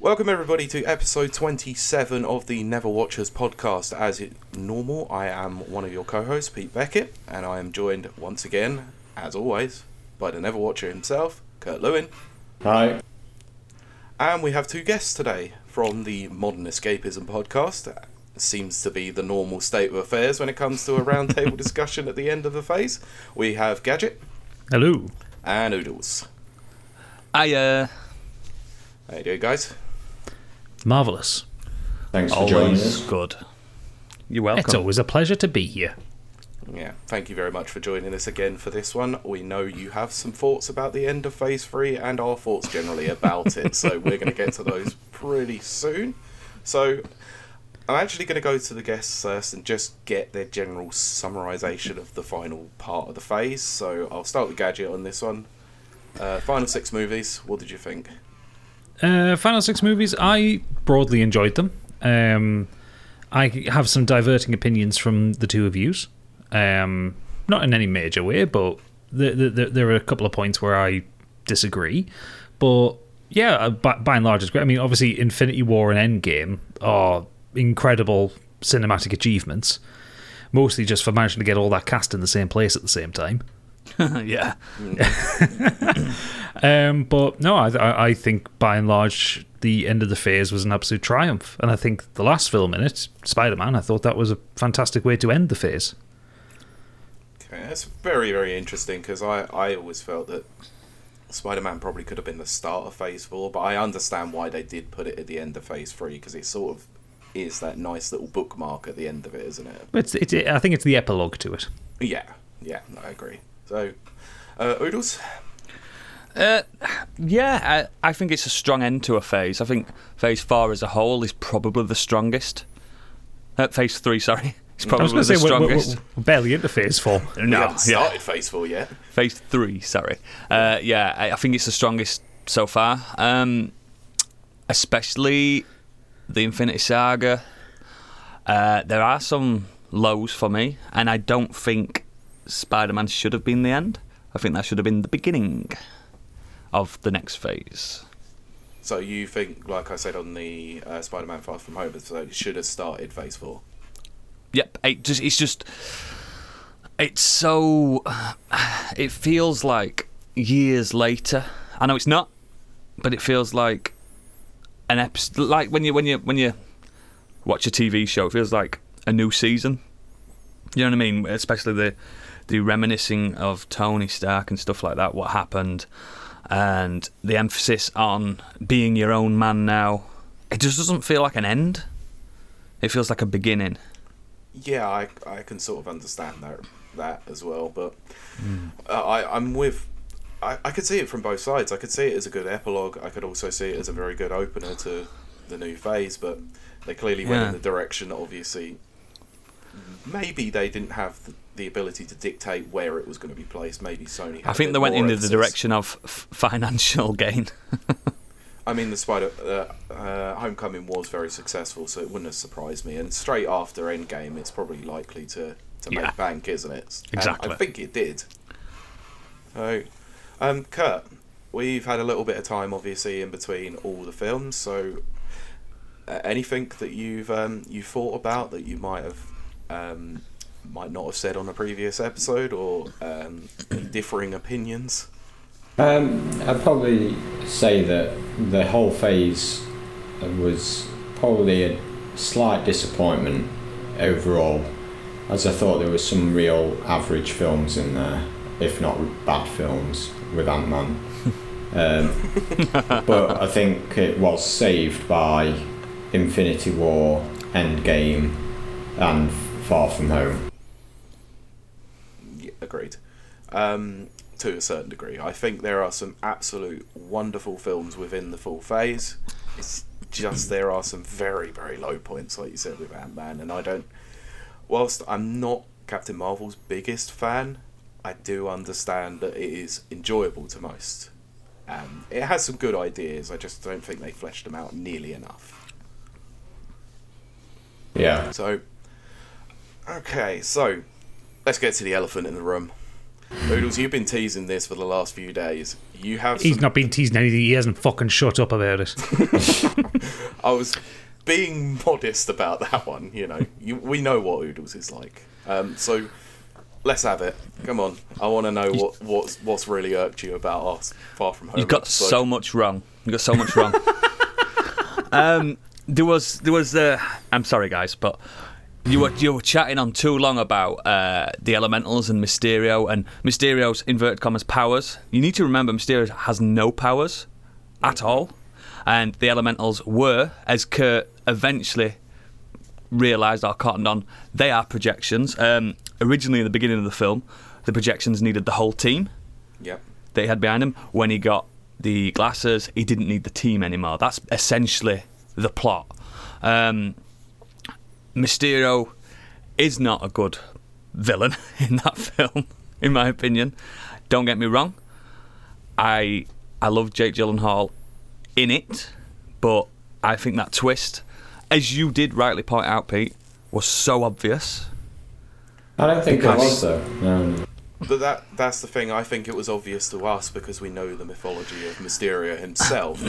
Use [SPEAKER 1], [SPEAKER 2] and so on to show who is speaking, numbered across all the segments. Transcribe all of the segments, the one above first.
[SPEAKER 1] Welcome, everybody, to episode 27 of the Never Watchers podcast. As it normal, I am one of your co hosts, Pete Beckett, and I am joined once again, as always, by the Never Watcher himself, Kurt Lewin.
[SPEAKER 2] Hi.
[SPEAKER 1] And we have two guests today from the Modern Escapism podcast. Seems to be the normal state of affairs when it comes to a roundtable discussion at the end of a phase. We have Gadget
[SPEAKER 3] Hello.
[SPEAKER 1] and Oodles.
[SPEAKER 4] I uh
[SPEAKER 1] How you doing, guys?
[SPEAKER 3] Marvellous.
[SPEAKER 2] Thanks for joining
[SPEAKER 4] always
[SPEAKER 2] us.
[SPEAKER 4] good. You're welcome.
[SPEAKER 3] It's always a pleasure to be here.
[SPEAKER 1] Yeah, thank you very much for joining us again for this one. We know you have some thoughts about the end of phase three and our thoughts generally about it, so we're going to get to those pretty soon. So I'm actually going to go to the guests first and just get their general summarization of the final part of the phase. So I'll start with Gadget on this one. Uh, final six movies, what did you think?
[SPEAKER 3] Uh, Final Six movies, I broadly enjoyed them. Um, I have some diverting opinions from the two of yous. Um, not in any major way, but th th th there are a couple of points where I disagree. But yeah, uh, by, by and large, it's great. I mean, obviously, Infinity War and Endgame are incredible cinematic achievements, mostly just for managing to get all that cast in the same place at the same time.
[SPEAKER 4] yeah.
[SPEAKER 3] Um, but no, I, I I think by and large the end of the phase was an absolute triumph, and I think the last film in it, Spider Man, I thought that was a fantastic way to end the phase.
[SPEAKER 1] Okay, that's very, very interesting because I, I always felt that Spider Man probably could have been the start of Phase 4, but I understand why they did put it at the end of Phase 3 because it sort of is that nice little bookmark at the end of it, isn't it?
[SPEAKER 3] But it's, it's I think it's the epilogue to it.
[SPEAKER 1] Yeah, yeah, I agree. So, uh, Oodles?
[SPEAKER 4] Uh, yeah, I, I think it's a strong end to a phase. I think phase four as a whole is probably the strongest. Uh, phase three, sorry. It's
[SPEAKER 3] I was
[SPEAKER 4] probably
[SPEAKER 3] going to
[SPEAKER 4] the
[SPEAKER 3] say we're, we're,
[SPEAKER 4] strongest.
[SPEAKER 3] we're barely into phase four.
[SPEAKER 1] We
[SPEAKER 4] No,
[SPEAKER 1] haven't
[SPEAKER 4] yeah.
[SPEAKER 1] started Phase 4 yet.
[SPEAKER 4] Phase three, sorry. Uh, yeah, I, I think it's the strongest so far. Um, especially the Infinity Saga. Uh, there are some lows for me, and I don't think Spider Man should have been the end. I think that should have been the beginning of the next phase.
[SPEAKER 1] So, you think, like I said on the uh, Spider Man Far From Home, so it should have started Phase 4.
[SPEAKER 4] Yep, it just it's just it's so it feels like years later. I know it's not, but it feels like an episode like when you when you when you watch a TV show, it feels like a new season. You know what I mean? Especially the the reminiscing of Tony Stark and stuff like that, what happened, and the emphasis on being your own man now. It just doesn't feel like an end. It feels like a beginning.
[SPEAKER 1] Yeah, I, I can sort of understand that that as well, but
[SPEAKER 4] Hmm.
[SPEAKER 1] uh, I I'm with. I, I could see it from both sides. I could see it as a good epilogue. I could also see it as a very good opener to the new phase. But they clearly went
[SPEAKER 4] Yeah.
[SPEAKER 1] in the direction. Obviously, maybe they didn't have the, the ability to dictate where it was going to be placed. Maybe Sony. Had
[SPEAKER 4] I
[SPEAKER 1] a
[SPEAKER 4] think
[SPEAKER 1] bit
[SPEAKER 4] they went
[SPEAKER 1] more
[SPEAKER 4] in the
[SPEAKER 1] emphasis.
[SPEAKER 4] direction of f- financial gain.
[SPEAKER 1] I mean, the Spider uh, uh, Homecoming was very successful, so it wouldn't have surprised me. And straight after Endgame, it's probably likely to, to
[SPEAKER 4] Yeah.
[SPEAKER 1] make bank, isn't it? And I
[SPEAKER 4] Exactly.
[SPEAKER 1] think it did. So, um, Kurt, we've had a little bit of time, obviously, in between all the films. So, uh, anything that you've um, you thought about that you might have um, might not have said on a previous episode, or um, differing opinions?
[SPEAKER 2] Um, I'd probably say that the whole phase was probably a slight disappointment overall, as I thought there were some real average films in there, if not bad films, with Ant Man. Um, but I think it was saved by Infinity War, Endgame, and Far From Home.
[SPEAKER 1] Yeah, agreed. Um, to a certain degree, I think there are some absolute wonderful films within the full phase. It's just there are some very very low points, like you said with Ant Man, and I don't. Whilst I'm not Captain Marvel's biggest fan, I do understand that it is enjoyable to most. Um, it has some good ideas. I just don't think they fleshed them out nearly enough.
[SPEAKER 2] Yeah.
[SPEAKER 1] So, okay, so let's get to the elephant in the room. Boodles, you've been teasing this for the last few days. You have.
[SPEAKER 3] He's
[SPEAKER 1] some-
[SPEAKER 3] not been teasing anything. He hasn't fucking shut up about it.
[SPEAKER 1] I was being modest about that one. You know, you, we know what Oodles is like. Um, so let's have it. Come on, I want to know what what's what's really irked you about us far from home.
[SPEAKER 4] You got
[SPEAKER 1] episode.
[SPEAKER 4] so much wrong. You got so much wrong. um, there was there was the. I'm sorry, guys, but you were you were chatting on too long about uh, the elementals and Mysterio and Mysterio's inverted commas powers. You need to remember Mysterio has no powers at all, and the elementals were, as Kurt eventually realised or cottoned on, they are projections. Um, originally, in the beginning of the film, the projections needed the whole team
[SPEAKER 1] Yep.
[SPEAKER 4] that he had behind him. When he got the glasses, he didn't need the team anymore. That's essentially the plot. Um, Mysterio is not a good villain in that film, in my opinion. Don't get me wrong. I I love Jake Gyllenhaal in it, but I think that twist, as you did rightly point out, Pete, was so obvious.
[SPEAKER 2] I don't think it was
[SPEAKER 4] Because-
[SPEAKER 2] though. No, no.
[SPEAKER 1] But that that's the thing. I think it was obvious to us because we know the mythology of Mysterio himself,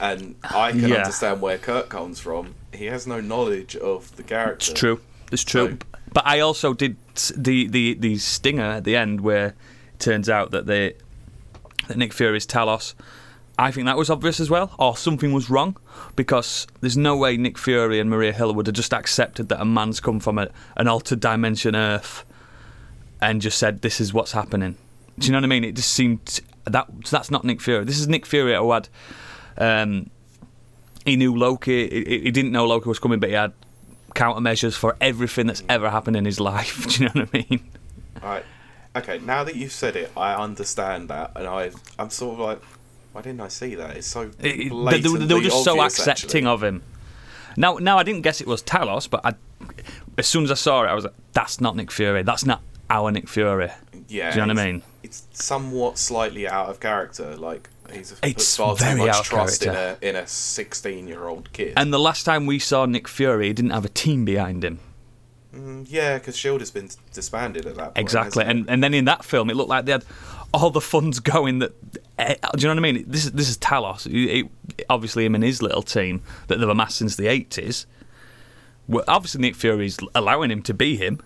[SPEAKER 1] and I can
[SPEAKER 4] Yeah.
[SPEAKER 1] understand where Kurt comes from. He has no knowledge of the character.
[SPEAKER 4] It's true. It's true.
[SPEAKER 1] So-
[SPEAKER 4] but I also did s- the, the the stinger at the end where it turns out that they that Nick Fury is Talos. I think that was obvious as well, or something was wrong, because there's no way Nick Fury and Maria Hill would have just accepted that a man's come from a, an altered dimension Earth and just said, "This is what's happening." Do you know what I mean? It just seemed that that's not Nick Fury. This is Nick Fury who had um, he knew Loki. He, he didn't know Loki was coming, but he had countermeasures for everything that's ever happened in his life. Do you know what I mean?
[SPEAKER 1] Right. Okay. Now that you've said it, I understand that, and I I'm sort of like, why didn't I see that? It's so
[SPEAKER 4] It- it- they, they were-
[SPEAKER 1] blatantly
[SPEAKER 4] they were just so
[SPEAKER 1] obvious,
[SPEAKER 4] accepting
[SPEAKER 1] actually.
[SPEAKER 4] of him. Now, now I didn't guess it was Talos, but I, as soon as I saw it, I was like, "That's not Nick Fury. That's not our Nick Fury."
[SPEAKER 1] Yeah.
[SPEAKER 4] Do you know what I
[SPEAKER 1] it's-
[SPEAKER 4] mean?
[SPEAKER 1] It's somewhat slightly out of character. Like he's
[SPEAKER 4] It's
[SPEAKER 1] put far
[SPEAKER 4] very
[SPEAKER 1] too
[SPEAKER 4] out
[SPEAKER 1] much
[SPEAKER 4] of
[SPEAKER 1] trust
[SPEAKER 4] character.
[SPEAKER 1] in a in a 16 year old kid.
[SPEAKER 4] And the last time we saw Nick Fury, he didn't have a team behind him.
[SPEAKER 1] Mm, yeah, because Shield has been disbanded at that point.
[SPEAKER 4] Exactly,
[SPEAKER 1] hasn't
[SPEAKER 4] and and then in that film, it looked like they had all the funds going. That eh, do you know what I mean? This is this is Talos. It, it- obviously, him and his little team that they've amassed since the eighties. Well, obviously, Nick Fury's allowing him to be him.
[SPEAKER 1] it?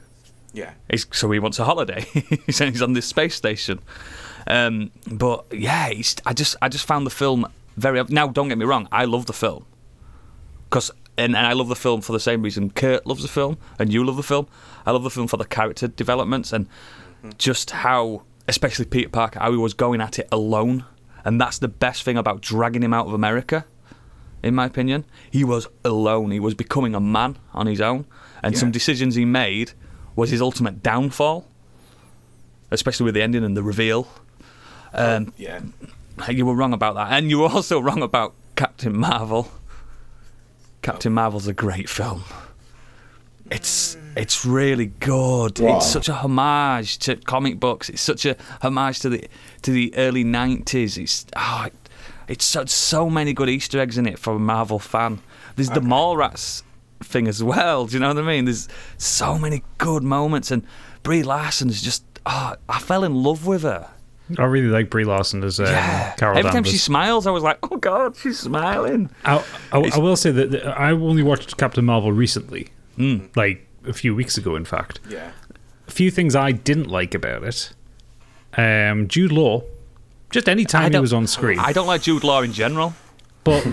[SPEAKER 1] yeah.
[SPEAKER 4] He's, so he wants a holiday. he's he's on this space station. Um, but yeah, he's, I just I just found the film very. Now, don't get me wrong, I love the film because and, and I love the film for the same reason Kurt loves the film and you love the film. I love the film for the character developments and just how, especially Peter Parker, how he was going at it alone, and that's the best thing about dragging him out of America. In my opinion, he was alone. He was becoming a man on his own, and
[SPEAKER 1] Yeah.
[SPEAKER 4] some decisions he made was his ultimate downfall. Especially with the ending and the reveal, um,
[SPEAKER 1] Yeah.
[SPEAKER 4] you were wrong about that, and you were also wrong about Captain Marvel. Captain Marvel's a great film. It's it's really good.
[SPEAKER 2] Wow.
[SPEAKER 4] It's such a homage to comic books. It's such a homage to the to the early nineties. It's oh, it, it's so, so many good Easter eggs in it for a Marvel fan. There's the Mallrats thing as well. Do you know what I mean? There's so many good moments, and Brie Larson's just oh, I fell in love with her.
[SPEAKER 3] I really like Brie Larson as um,
[SPEAKER 4] Yeah.
[SPEAKER 3] Carol
[SPEAKER 4] Every time
[SPEAKER 3] Danvers.
[SPEAKER 4] she smiles, I was like, "Oh God, she's smiling."
[SPEAKER 3] I, I, I will say that, that I only watched Captain Marvel recently,
[SPEAKER 4] Hmm.
[SPEAKER 3] like a few weeks ago, in fact.
[SPEAKER 1] Yeah.
[SPEAKER 3] A few things I didn't like about it. Um, Jude Law, just any
[SPEAKER 4] I
[SPEAKER 3] time he
[SPEAKER 4] don't-
[SPEAKER 3] was on screen,
[SPEAKER 4] I don't like Jude Law in general.
[SPEAKER 3] but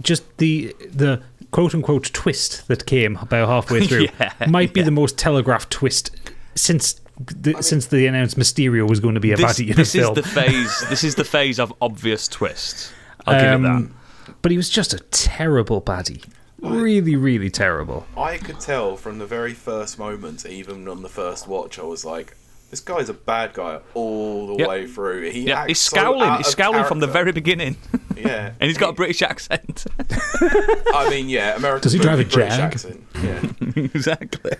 [SPEAKER 3] just the the quote unquote twist that came about halfway through
[SPEAKER 4] Yeah,
[SPEAKER 3] might be the most telegraphed twist since the, since they announced Mysterio was going to be a
[SPEAKER 4] This,
[SPEAKER 3] baddie in
[SPEAKER 4] this
[SPEAKER 3] a
[SPEAKER 4] is
[SPEAKER 3] film.
[SPEAKER 4] the phase. This is the phase of obvious twists. I'll give it
[SPEAKER 3] Um, But he was just a terrible baddie, really, really terrible.
[SPEAKER 1] I could tell from the very first moment, even on the first watch, I was like, this guy's a bad guy all the
[SPEAKER 4] Yep.
[SPEAKER 1] way through. He
[SPEAKER 4] that. Yeah,
[SPEAKER 1] acts
[SPEAKER 4] he's
[SPEAKER 1] so
[SPEAKER 4] scowling.
[SPEAKER 1] out
[SPEAKER 4] he's
[SPEAKER 1] of
[SPEAKER 4] scowling from the
[SPEAKER 1] character.
[SPEAKER 4] very beginning,
[SPEAKER 1] Yeah.
[SPEAKER 4] and he's got a British accent.
[SPEAKER 1] I mean, yeah, American.
[SPEAKER 3] Does he drive a
[SPEAKER 1] British
[SPEAKER 3] Jag?
[SPEAKER 1] accent. Yeah.
[SPEAKER 4] exactly.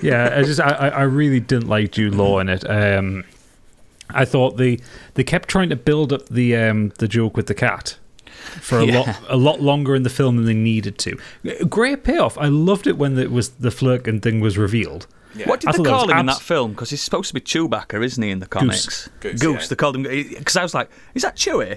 [SPEAKER 3] yeah, I just I, I I really didn't like Jude Law in it. Um, I thought they they kept trying to build up the um, the joke with the cat for a lot a lot longer in the film than they needed to. Great payoff. I loved it when it was the flirting thing was revealed.
[SPEAKER 1] Yeah.
[SPEAKER 4] What did
[SPEAKER 3] I
[SPEAKER 4] they
[SPEAKER 3] thought that
[SPEAKER 4] call
[SPEAKER 3] was
[SPEAKER 4] him in
[SPEAKER 3] abs-
[SPEAKER 4] that film? Because he's supposed to be Chewbacca, isn't he, in the comics?
[SPEAKER 1] Goose, yeah.
[SPEAKER 4] They called him. Because I was like, is that Chewie?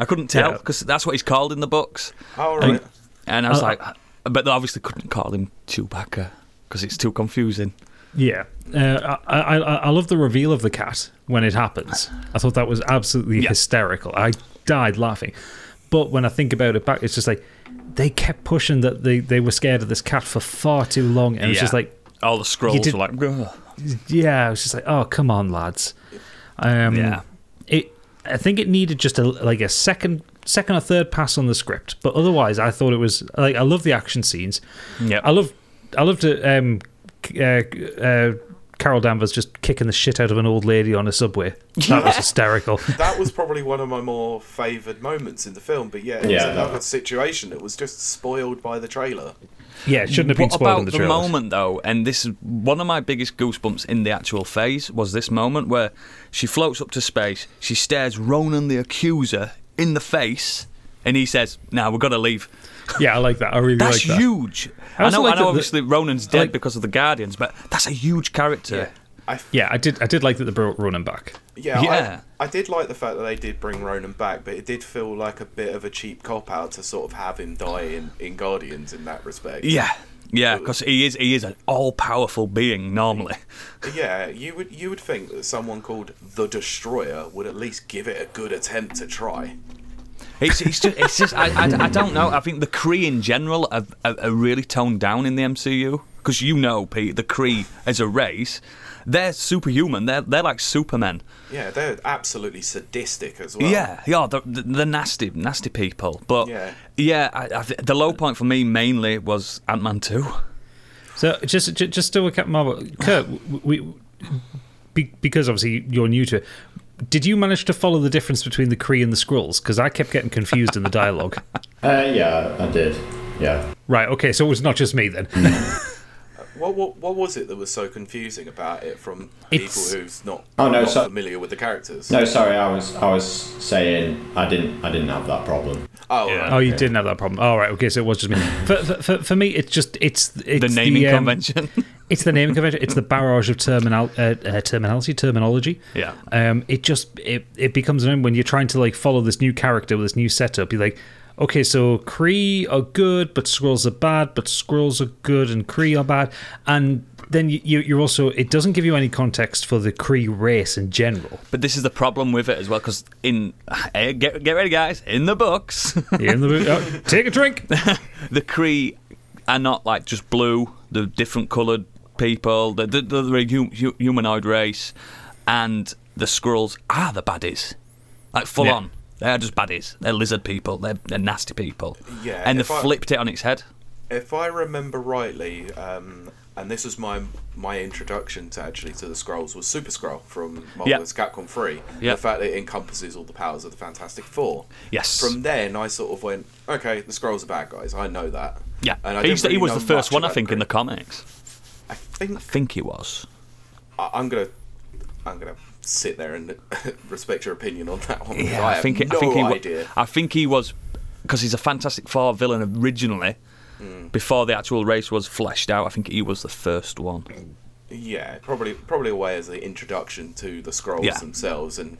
[SPEAKER 4] I couldn't tell
[SPEAKER 3] Yeah.
[SPEAKER 4] because that's what he's called in the books.
[SPEAKER 1] All right.
[SPEAKER 4] And I was
[SPEAKER 3] Uh,
[SPEAKER 4] like, but they obviously couldn't call him Chewbacca because it's too confusing.
[SPEAKER 3] Yeah, uh, I, I I I love the reveal of the cat when it happens. I thought that was absolutely
[SPEAKER 4] Yeah.
[SPEAKER 3] hysterical. I died laughing. But when I think about it back, it's just like they kept pushing that they, they were scared of this cat for far too long, and it's just like,
[SPEAKER 4] all the scrolls
[SPEAKER 3] did-
[SPEAKER 4] were like, "Ugh."
[SPEAKER 3] yeah, it's just like, oh come on, lads. Um,
[SPEAKER 4] Yeah.
[SPEAKER 3] it. I think it needed just a like a second second or third pass on the script, but otherwise, I thought it was like I love the action scenes.
[SPEAKER 4] Yep.
[SPEAKER 3] I love I loved it. Um, c- uh, uh, Carol Danvers just kicking the shit out of an old lady on a subway. That was hysterical.
[SPEAKER 1] That was probably one of my more favoured moments in the film, but yeah, it was
[SPEAKER 2] Yeah.
[SPEAKER 1] another situation that was just spoiled by the trailer.
[SPEAKER 3] Yeah, it shouldn't have been
[SPEAKER 4] What
[SPEAKER 3] spoiled
[SPEAKER 4] about
[SPEAKER 3] in the
[SPEAKER 4] the,
[SPEAKER 3] trailer.
[SPEAKER 4] moment though? And this is one of my biggest goosebumps in the actual phase was this moment where she floats up to space, she stares Ronan the accuser in the face, and he says, "Now we've got to leave."
[SPEAKER 3] Yeah, I like that. I really
[SPEAKER 4] That's
[SPEAKER 3] like that.
[SPEAKER 4] huge.
[SPEAKER 3] I
[SPEAKER 4] I
[SPEAKER 3] also
[SPEAKER 4] know.
[SPEAKER 3] like
[SPEAKER 4] I know.
[SPEAKER 3] that the-
[SPEAKER 4] obviously, Ronan's dead
[SPEAKER 3] like-
[SPEAKER 4] because of the Guardians, but that's a huge character.
[SPEAKER 1] I f-
[SPEAKER 3] Yeah, I did. I did like that they brought Ronan back.
[SPEAKER 1] yeah,
[SPEAKER 4] Yeah.
[SPEAKER 1] I, I did like the fact that they did bring Ronan back, but it did feel like a bit of a cheap cop out to sort of have him die in, in Guardians in that respect.
[SPEAKER 4] Yeah, yeah, because he is he is an all powerful being normally.
[SPEAKER 1] Yeah, you would you would think that someone called the Destroyer would at least give it a good attempt to try.
[SPEAKER 4] It's, it's just, it's just I, I, I don't know. I think the Kree in general are, are, are really toned down in the MCU because you know, Pete, the Kree as a race, they're superhuman. They're they're like Supermen.
[SPEAKER 1] Yeah, they're absolutely sadistic as well.
[SPEAKER 4] Yeah, yeah, they're, they're nasty, nasty people. But
[SPEAKER 1] Yeah.
[SPEAKER 4] yeah, I, I, th- the low point for me mainly was Ant Man two.
[SPEAKER 3] So just ju- just to look at Marvel, Kurt, w- we be- because obviously you're new to it. Did you manage to follow the difference between the Kree and the Skrulls? Because I kept getting confused in the dialogue.
[SPEAKER 2] Uh, yeah, I did. Yeah.
[SPEAKER 3] right. Okay. So it was not just me then.
[SPEAKER 4] Mm.
[SPEAKER 1] What, what what was it that was so confusing about it from
[SPEAKER 3] It's-
[SPEAKER 1] people who's not,
[SPEAKER 2] Oh, no,
[SPEAKER 1] not
[SPEAKER 2] so-
[SPEAKER 1] familiar with the characters?
[SPEAKER 2] No, sorry. I was I was saying I didn't I didn't have that problem.
[SPEAKER 1] Oh,
[SPEAKER 4] Yeah.
[SPEAKER 3] Oh, you didn't have that problem. All right, okay, so it was just me. For, for, for, for me, it's just it's, it's
[SPEAKER 4] The naming
[SPEAKER 3] um,
[SPEAKER 4] convention.
[SPEAKER 3] It's the naming convention. It's the barrage of terminal uh, uh, terminology, terminology.
[SPEAKER 4] Yeah.
[SPEAKER 3] Um, it just it it becomes known when you're trying to like follow this new character with this new setup. You're like, okay, so Kree are good, but Skrulls are bad. But Skrulls are good, and Kree are bad. And then you, you you're also it doesn't give you any context for the Kree race in general.
[SPEAKER 4] But this is the problem with it as well because in eh, get get ready, guys, in the books.
[SPEAKER 3] You're in the- oh, take a drink.
[SPEAKER 4] the Cree are not like just blue. They're different coloured people. They're, they're, they're a hu- hu- humanoid race, and the Skrulls are the baddies, like full
[SPEAKER 3] Yeah.
[SPEAKER 4] on. They are just baddies. They're lizard people. They're, they're nasty people.
[SPEAKER 1] Yeah,
[SPEAKER 4] and they
[SPEAKER 1] if I-
[SPEAKER 4] flipped it on its head.
[SPEAKER 1] if I remember rightly, um, and this was my my introduction to actually to the scrolls was Super Scroll from Marvel's Capcom Three.
[SPEAKER 4] Yeah.
[SPEAKER 1] The fact that it encompasses all the powers of the Fantastic Four.
[SPEAKER 4] Yes.
[SPEAKER 1] From then, I sort of went, okay, the scrolls are bad guys. I know that.
[SPEAKER 4] Yeah,
[SPEAKER 1] And I
[SPEAKER 4] he,
[SPEAKER 1] didn't
[SPEAKER 4] used to- he
[SPEAKER 1] really
[SPEAKER 4] was
[SPEAKER 1] know
[SPEAKER 4] the first
[SPEAKER 1] much
[SPEAKER 4] one, I
[SPEAKER 1] about
[SPEAKER 4] think, in the
[SPEAKER 1] Groot.
[SPEAKER 4] comics.
[SPEAKER 1] I think
[SPEAKER 4] I think he was.
[SPEAKER 1] I- I'm gonna I'm gonna sit there and respect your opinion on that one.
[SPEAKER 4] Yeah,
[SPEAKER 1] I,
[SPEAKER 4] I,
[SPEAKER 1] have
[SPEAKER 4] think. It,
[SPEAKER 1] no
[SPEAKER 4] I think he. wa-
[SPEAKER 1] idea.
[SPEAKER 4] I think he was because he's a Fantastic Four villain originally.
[SPEAKER 1] Hmm.
[SPEAKER 4] Before the actual race was fleshed out, I think he was the first one.
[SPEAKER 1] Yeah, probably probably a way as the introduction to the scrolls
[SPEAKER 4] Yeah.
[SPEAKER 1] themselves, and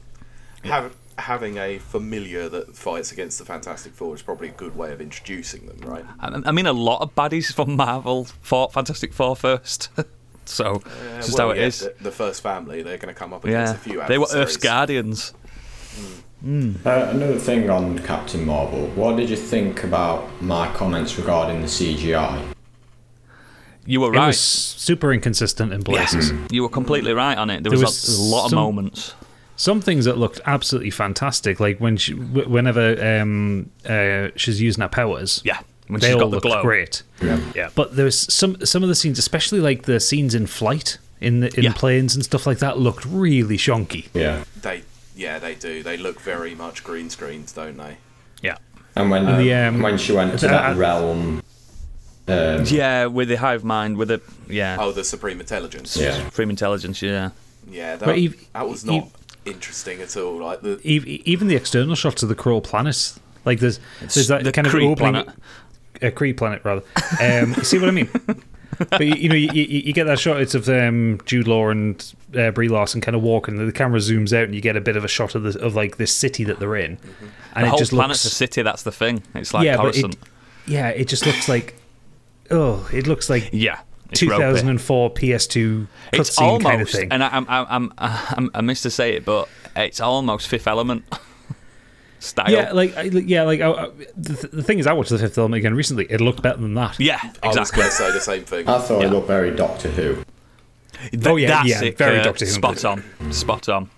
[SPEAKER 1] have, having a familiar that fights against the Fantastic Four is probably a good way of introducing them, right?
[SPEAKER 4] I I mean, a lot of baddies from Marvel fought Fantastic Four first. so,
[SPEAKER 1] Uh,
[SPEAKER 4] it's just
[SPEAKER 1] well,
[SPEAKER 4] how it
[SPEAKER 1] yeah,
[SPEAKER 4] is.
[SPEAKER 1] The, the first family, they're going to come up against
[SPEAKER 4] yeah.
[SPEAKER 1] a few.
[SPEAKER 4] They were
[SPEAKER 1] adversaries.
[SPEAKER 4] Earth's Guardians.
[SPEAKER 2] Uh, another thing on Captain Marvel. What did you think about my comments regarding the CGI?
[SPEAKER 4] You were
[SPEAKER 3] It
[SPEAKER 4] right.
[SPEAKER 3] was super inconsistent in places.
[SPEAKER 4] You were completely right on it. There,
[SPEAKER 3] There
[SPEAKER 4] was,
[SPEAKER 3] was
[SPEAKER 4] a, a lot of
[SPEAKER 3] some-
[SPEAKER 4] moments.
[SPEAKER 3] some things that looked absolutely fantastic, like when she, wh- whenever um, uh, she's using her powers,
[SPEAKER 4] Yeah. When
[SPEAKER 3] they
[SPEAKER 4] she's
[SPEAKER 3] all
[SPEAKER 4] got the
[SPEAKER 3] looked
[SPEAKER 4] glow.
[SPEAKER 3] great.
[SPEAKER 2] Yeah.
[SPEAKER 3] Yeah, but there was some some of the scenes, especially like the scenes in flight in the in
[SPEAKER 4] Yeah.
[SPEAKER 3] planes and stuff like that, looked really shonky.
[SPEAKER 2] Yeah.
[SPEAKER 1] They, yeah, they do. They look very much green screens, don't they?
[SPEAKER 3] Yeah,
[SPEAKER 2] And when
[SPEAKER 3] the, um,
[SPEAKER 2] when she went to
[SPEAKER 3] uh,
[SPEAKER 2] that
[SPEAKER 3] uh,
[SPEAKER 2] realm. Um,
[SPEAKER 4] Yeah, with the hive mind, with the. Yeah.
[SPEAKER 1] Oh, the Supreme Intelligence.
[SPEAKER 2] yeah.
[SPEAKER 4] Supreme intelligence, yeah.
[SPEAKER 1] yeah. That,
[SPEAKER 3] But ev-
[SPEAKER 1] that was
[SPEAKER 3] ev-
[SPEAKER 1] not interesting at all. Like the
[SPEAKER 3] E- e- even the external shots of the Kroll planet, like there's there's that
[SPEAKER 4] the
[SPEAKER 3] kind
[SPEAKER 4] Kree
[SPEAKER 3] of opening,
[SPEAKER 4] planet.
[SPEAKER 3] a Cree planet rather. Um, you see what I mean? but you, you know, you, you, you get that shot. It's of um, Jude Law and uh, Brie Larson kind of walking. and The camera zooms out, and you get a bit of a shot of the of like this city that they're in, and
[SPEAKER 4] Mm-hmm. the
[SPEAKER 3] it
[SPEAKER 4] whole
[SPEAKER 3] just
[SPEAKER 4] planet's a
[SPEAKER 3] looks
[SPEAKER 4] city. That's the thing. It's like
[SPEAKER 3] yeah,
[SPEAKER 4] Coruscant.
[SPEAKER 3] but it, yeah, it just looks like oh, it looks like
[SPEAKER 4] yeah, it's ropey.
[SPEAKER 3] 2004 PS2
[SPEAKER 4] It's
[SPEAKER 3] cutscene
[SPEAKER 4] almost,
[SPEAKER 3] kind of thing.
[SPEAKER 4] and I, I'm, I'm, I'm, I'm, I miss to say it, but it's almost Fifth Element style.
[SPEAKER 3] yeah, like I- yeah, like I, I, the, the thing is, I watched the fifth film again recently. It looked better than that.
[SPEAKER 4] yeah,
[SPEAKER 1] I was
[SPEAKER 4] exactly.
[SPEAKER 1] going to say the same thing.
[SPEAKER 2] I thought
[SPEAKER 4] Yeah.
[SPEAKER 2] it looked very Doctor Who.
[SPEAKER 4] Th-
[SPEAKER 3] Oh, yeah,
[SPEAKER 4] that's
[SPEAKER 3] yeah,
[SPEAKER 4] it,
[SPEAKER 3] very
[SPEAKER 4] Kurt.
[SPEAKER 3] Doctor Who.
[SPEAKER 4] Spot on, spot on.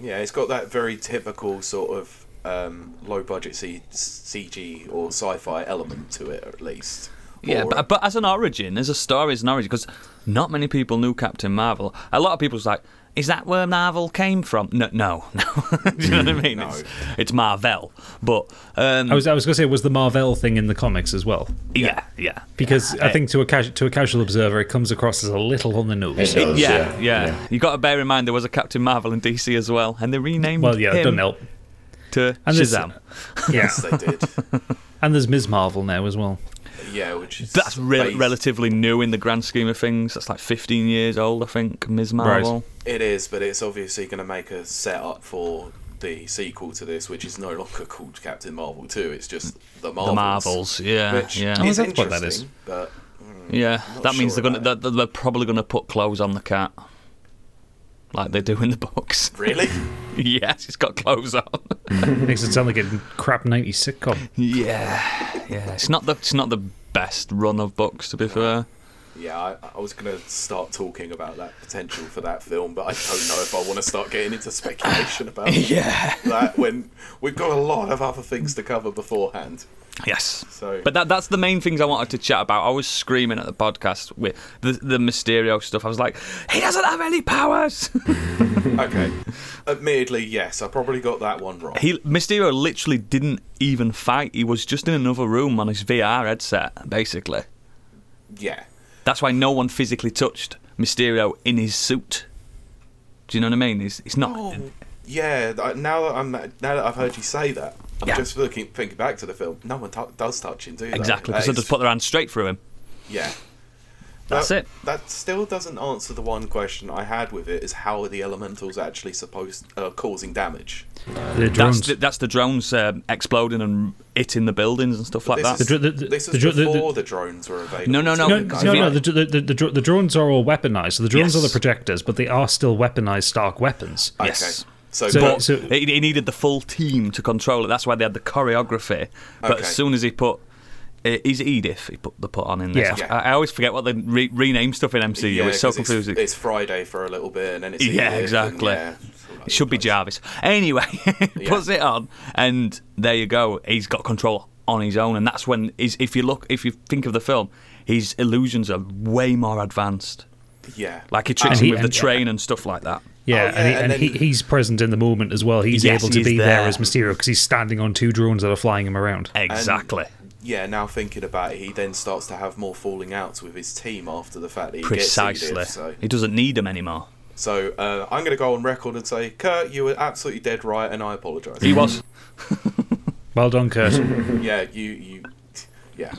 [SPEAKER 1] Yeah, it's got that very typical sort of um, low budget C- CG or sci fi element to it, at least.
[SPEAKER 4] Yeah,
[SPEAKER 1] Or-
[SPEAKER 4] but, but as an origin, as a story, as an origin, because not many people knew Captain Marvel. A lot of people was like, "Is that where Marvel came from?" No, no, Mm. no. Do you know what I mean? It's, it's Marvel, but um,
[SPEAKER 3] I was I was gonna say was the Marvel thing in the comics as well
[SPEAKER 4] yeah, yeah,
[SPEAKER 3] because
[SPEAKER 4] yeah,
[SPEAKER 3] I think to a casu- to a casual observer it comes across as a little on the
[SPEAKER 2] It
[SPEAKER 3] nose.
[SPEAKER 2] does.
[SPEAKER 4] yeah, yeah.
[SPEAKER 2] Yeah.
[SPEAKER 4] You got to bear in mind there was a Captain Marvel in DC as well, and they renamed
[SPEAKER 3] Well, yeah, that
[SPEAKER 4] him
[SPEAKER 3] doesn't help.
[SPEAKER 4] to
[SPEAKER 3] And this-
[SPEAKER 4] Shazam.
[SPEAKER 3] Yeah,
[SPEAKER 1] Yes, they did.
[SPEAKER 3] and there's Ms Marvel now as well.
[SPEAKER 1] Yeah, which is.
[SPEAKER 4] That's re-
[SPEAKER 1] bas-
[SPEAKER 4] relatively new in the grand scheme of things. That's like 15 years old, I think. Ms. Marvel.
[SPEAKER 1] It is, but it's obviously going to make a setup for the sequel to this, which is no longer called Captain Marvel 2. It's just the Marvels.
[SPEAKER 4] The Marvels, yeah,
[SPEAKER 1] Which
[SPEAKER 4] yeah.
[SPEAKER 1] is
[SPEAKER 3] Oh, that's what that
[SPEAKER 1] interesting, But
[SPEAKER 4] Yeah,
[SPEAKER 1] not
[SPEAKER 4] that means
[SPEAKER 1] sure
[SPEAKER 4] they're gonna
[SPEAKER 1] about
[SPEAKER 4] they're, they're probably gonna put clothes on the cat, like they do in the books.
[SPEAKER 1] really,
[SPEAKER 4] yes, it's got clothes on.
[SPEAKER 3] Makes it sound like a crap '90s sitcom.
[SPEAKER 4] yeah, yeah. It's not the it's not the best run of books to be fair.
[SPEAKER 1] yeah, I, I was going to start talking about that potential for that film, but I don't know if I want to start getting into speculation about
[SPEAKER 4] Yeah.
[SPEAKER 1] that when we've got a lot of other things to cover beforehand.
[SPEAKER 4] Yes.
[SPEAKER 1] So-
[SPEAKER 4] but that that's the main things I wanted to chat about. I was screaming at the podcast with the the Mysterio stuff. I was like, he doesn't have any powers.
[SPEAKER 1] Okay, admittedly, yes, I probably got that one wrong.
[SPEAKER 4] He Mysterio literally didn't even fight. He was just in another room on his VR headset, basically.
[SPEAKER 1] yeah,
[SPEAKER 4] That's why no one physically touched Mysterio in his suit. Do you know what I mean? It's, it's not.
[SPEAKER 1] Oh, yeah. I- Now that I'm now that I've heard you say that, I'm
[SPEAKER 4] Yeah.
[SPEAKER 1] just looking thinking back to the film. No one tou- does touch him, do they?
[SPEAKER 4] exactly,
[SPEAKER 1] That
[SPEAKER 4] because they
[SPEAKER 1] is-
[SPEAKER 4] just put their hand straight through him.
[SPEAKER 1] yeah.
[SPEAKER 4] That's
[SPEAKER 1] that,
[SPEAKER 4] it.
[SPEAKER 1] That still doesn't answer the one question I had with it: is how are the elementals actually supposed uh, causing damage?
[SPEAKER 3] The drones.
[SPEAKER 4] That's the, that's the drones um, exploding and hitting the buildings and stuff like
[SPEAKER 1] This
[SPEAKER 4] that.
[SPEAKER 1] is
[SPEAKER 3] The dr- the- the-
[SPEAKER 1] this is
[SPEAKER 3] the dr- the- the-
[SPEAKER 1] before the, drones were available.
[SPEAKER 4] No, no, no.
[SPEAKER 3] no,
[SPEAKER 1] to
[SPEAKER 3] no,
[SPEAKER 1] the
[SPEAKER 4] Guys,
[SPEAKER 3] no,
[SPEAKER 1] guy.
[SPEAKER 3] The, the, the, dr- the drones are all weaponized. So the drones
[SPEAKER 4] Yes.
[SPEAKER 3] are the projectors, but they are still weaponized Stark weapons.
[SPEAKER 1] Okay.
[SPEAKER 4] yes.
[SPEAKER 1] So,
[SPEAKER 3] So-
[SPEAKER 1] but-
[SPEAKER 4] But he, he needed the full team to control it. That's why they had the choreography. But
[SPEAKER 1] Okay.
[SPEAKER 4] as soon as he put. uh, Is it Edith he put the put on in this?
[SPEAKER 3] Yeah.
[SPEAKER 4] I, I always forget what they re- rename stuff in MCU.
[SPEAKER 1] yeah,
[SPEAKER 4] it's so
[SPEAKER 1] 'cause
[SPEAKER 4] confusing.
[SPEAKER 1] It's, Friday for a little bit, and then it's
[SPEAKER 4] Yeah,
[SPEAKER 1] Edith, and
[SPEAKER 4] exactly.
[SPEAKER 1] yeah, it's all over
[SPEAKER 4] It should be
[SPEAKER 1] the place.
[SPEAKER 4] Jarvis. Anyway,
[SPEAKER 1] Yeah.
[SPEAKER 4] puts it on, and there you go. He's got control on his own, and that's when is if you look, if you think of the film, his illusions are way more advanced.
[SPEAKER 1] Yeah,
[SPEAKER 4] Like he
[SPEAKER 3] And
[SPEAKER 4] tricks him
[SPEAKER 3] he-
[SPEAKER 4] with the
[SPEAKER 3] and-
[SPEAKER 4] train and stuff like that.
[SPEAKER 3] Yeah,
[SPEAKER 1] Oh,
[SPEAKER 3] and, he,
[SPEAKER 1] yeah,
[SPEAKER 3] and
[SPEAKER 1] and
[SPEAKER 3] he,
[SPEAKER 1] then-
[SPEAKER 3] he's present in the moment as well. He's
[SPEAKER 4] Yes,
[SPEAKER 3] able to
[SPEAKER 4] he's
[SPEAKER 3] be there,
[SPEAKER 4] there.
[SPEAKER 3] as Mysterio because he's standing on two drones that are flying him around.
[SPEAKER 4] Exactly.
[SPEAKER 1] yeah, now thinking about it, he then starts to have more falling outs with his team after the fact that he
[SPEAKER 4] Precisely.
[SPEAKER 1] gets Edith.
[SPEAKER 4] He doesn't need them anymore.
[SPEAKER 1] So, so uh, I'm going to go on record and say, Kurt, you were absolutely dead right, and I apologise.
[SPEAKER 4] He was.
[SPEAKER 3] Well done, Kurt.
[SPEAKER 1] yeah, you, you, yeah.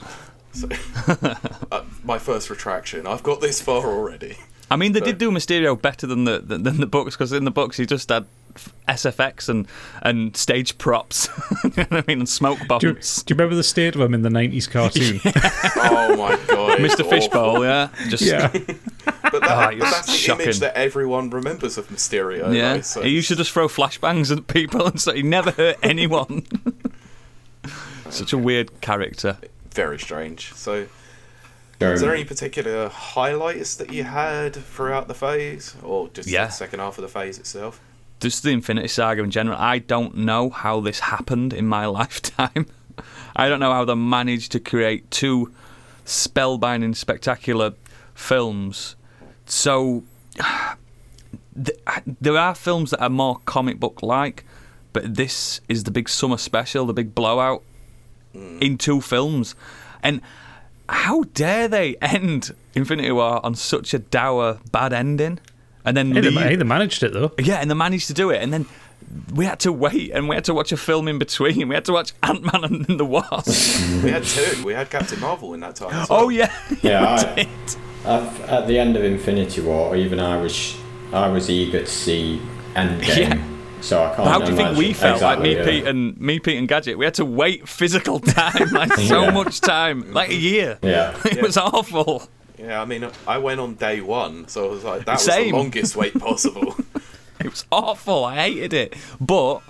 [SPEAKER 1] So, uh, my first retraction. I've got this far already.
[SPEAKER 4] I mean, they
[SPEAKER 1] So-
[SPEAKER 4] did do Mysterio better than the than, than the books because in the books he just had f- SFX and and stage props. you know what I mean? And smoke bombs.
[SPEAKER 3] do, you, do you remember the state of him in the '90s cartoon?
[SPEAKER 1] Oh my god, it's
[SPEAKER 4] Mr.
[SPEAKER 1] awful.
[SPEAKER 4] Fishbowl, yeah. Just
[SPEAKER 1] But that,
[SPEAKER 4] Ah, it's
[SPEAKER 1] but that's the
[SPEAKER 4] shocking.
[SPEAKER 1] image that everyone remembers of Mysterio.
[SPEAKER 4] Yeah,
[SPEAKER 1] though, so-
[SPEAKER 4] he used to just throw flashbangs at people, and so he never hurt anyone. Such a weird character.
[SPEAKER 1] very strange. So,
[SPEAKER 2] So,
[SPEAKER 4] Um,
[SPEAKER 1] is there any particular highlights that you had throughout the phase, or just
[SPEAKER 4] Yeah.
[SPEAKER 1] the second half of the phase itself?
[SPEAKER 4] Just the Infinity Saga in general. I don't know how this happened in my lifetime. I don't know how they managed to create two spellbinding, spectacular films. So th- there are films that are more comic book like, but this is the big summer special, the big blowout in two films. And how dare they end Infinity War on such a dour, bad ending? And then
[SPEAKER 3] hey, they,
[SPEAKER 4] leave.
[SPEAKER 3] hey, they managed it though.
[SPEAKER 4] Yeah, and they managed to do it. And then we had to wait and we had to watch a film in between. We had to watch Ant Man and the Wasp.
[SPEAKER 1] We had two. We had Captain Marvel in that time. as well.
[SPEAKER 4] oh yeah,
[SPEAKER 2] Yeah,
[SPEAKER 4] we
[SPEAKER 2] I-
[SPEAKER 4] did.
[SPEAKER 2] I've, at the end of Infinity War, even I was, I was eager to see Endgame.
[SPEAKER 4] Yeah.
[SPEAKER 2] So I can't.
[SPEAKER 4] How do you think
[SPEAKER 2] imagine-
[SPEAKER 4] we felt?
[SPEAKER 2] Exactly,
[SPEAKER 4] like
[SPEAKER 2] yeah.
[SPEAKER 4] me, Pete, and me, Pete, and Gadget. We had to wait physical time, like so
[SPEAKER 2] Yeah.
[SPEAKER 4] much time, like a year.
[SPEAKER 2] Yeah.
[SPEAKER 4] It
[SPEAKER 1] Yeah.
[SPEAKER 4] was awful.
[SPEAKER 1] Yeah, I mean, I went on day one, so I was like, that was
[SPEAKER 4] Same.
[SPEAKER 1] the longest wait possible.
[SPEAKER 4] It was awful. I hated it. But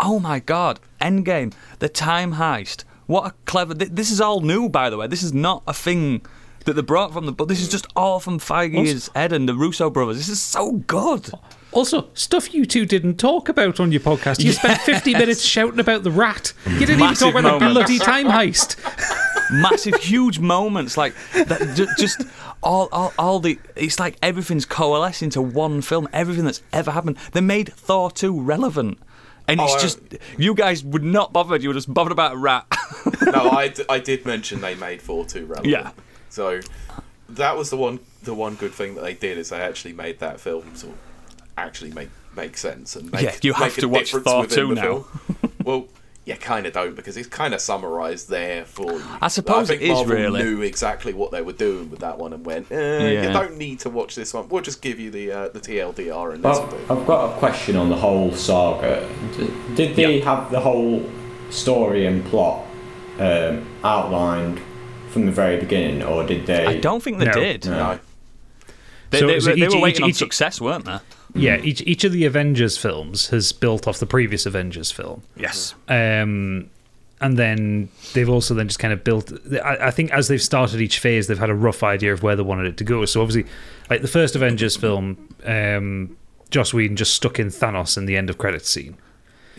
[SPEAKER 4] oh my god, Endgame, the time heist. What a clever. Th- this is all new, by the way. This is not a thing that they brought from the. But this is just all from Feige's head and the Russo brothers. This is so good.
[SPEAKER 3] Also, stuff you two didn't talk about on your podcast. You spent 50 minutes shouting about the rat. You didn't
[SPEAKER 4] Massive
[SPEAKER 3] even talk about the
[SPEAKER 4] moments.
[SPEAKER 3] bloody time heist.
[SPEAKER 4] massive, huge moments like that. Just, just all, all, all the. It's like everything's coalesced into one film. Everything that's ever happened. They made Thor two relevant, and
[SPEAKER 1] Oh, I-
[SPEAKER 4] it's just you guys would not bother. You were just bothered about a rat.
[SPEAKER 1] no, I, d- I did mention they made four two relevant.
[SPEAKER 4] Yeah.
[SPEAKER 1] So that was the one the one good thing that they did is they actually made that film sort of actually make make sense and make
[SPEAKER 4] Yeah, you have
[SPEAKER 1] make a
[SPEAKER 4] to watch
[SPEAKER 1] difference
[SPEAKER 4] Thor
[SPEAKER 1] within the
[SPEAKER 4] 2 now.
[SPEAKER 1] film. well, you kind of don't because it's kind of summarised there for you. Like,
[SPEAKER 4] suppose
[SPEAKER 1] think
[SPEAKER 4] it is,
[SPEAKER 1] Marvel
[SPEAKER 4] really.
[SPEAKER 1] knew exactly what they were doing with that one and went, eh,
[SPEAKER 4] Yeah.
[SPEAKER 1] you don't need to watch this one. We'll just give you the uh, the TLDR and this
[SPEAKER 2] Well,
[SPEAKER 1] will do.
[SPEAKER 2] I've got a question on the whole saga. D- Did they have the whole story and plot um, outlined from the very beginning, or did they?
[SPEAKER 4] I don't think they
[SPEAKER 3] No.
[SPEAKER 4] did.
[SPEAKER 1] No.
[SPEAKER 4] They,
[SPEAKER 3] So-
[SPEAKER 4] they,
[SPEAKER 3] so
[SPEAKER 4] were- they
[SPEAKER 3] each-
[SPEAKER 4] were
[SPEAKER 3] each-
[SPEAKER 4] waiting on
[SPEAKER 3] each-
[SPEAKER 4] success, weren't they?
[SPEAKER 3] Yeah, each, each of the Avengers films has built off the previous Avengers film.
[SPEAKER 4] Yes.
[SPEAKER 3] Um, and then they've also then just kind of built. I, I think as they've started each phase, they've had a rough idea of where they wanted it to go. So obviously, like the first Avengers film, um, Joss Whedon just stuck in Thanos in the end of credits scene.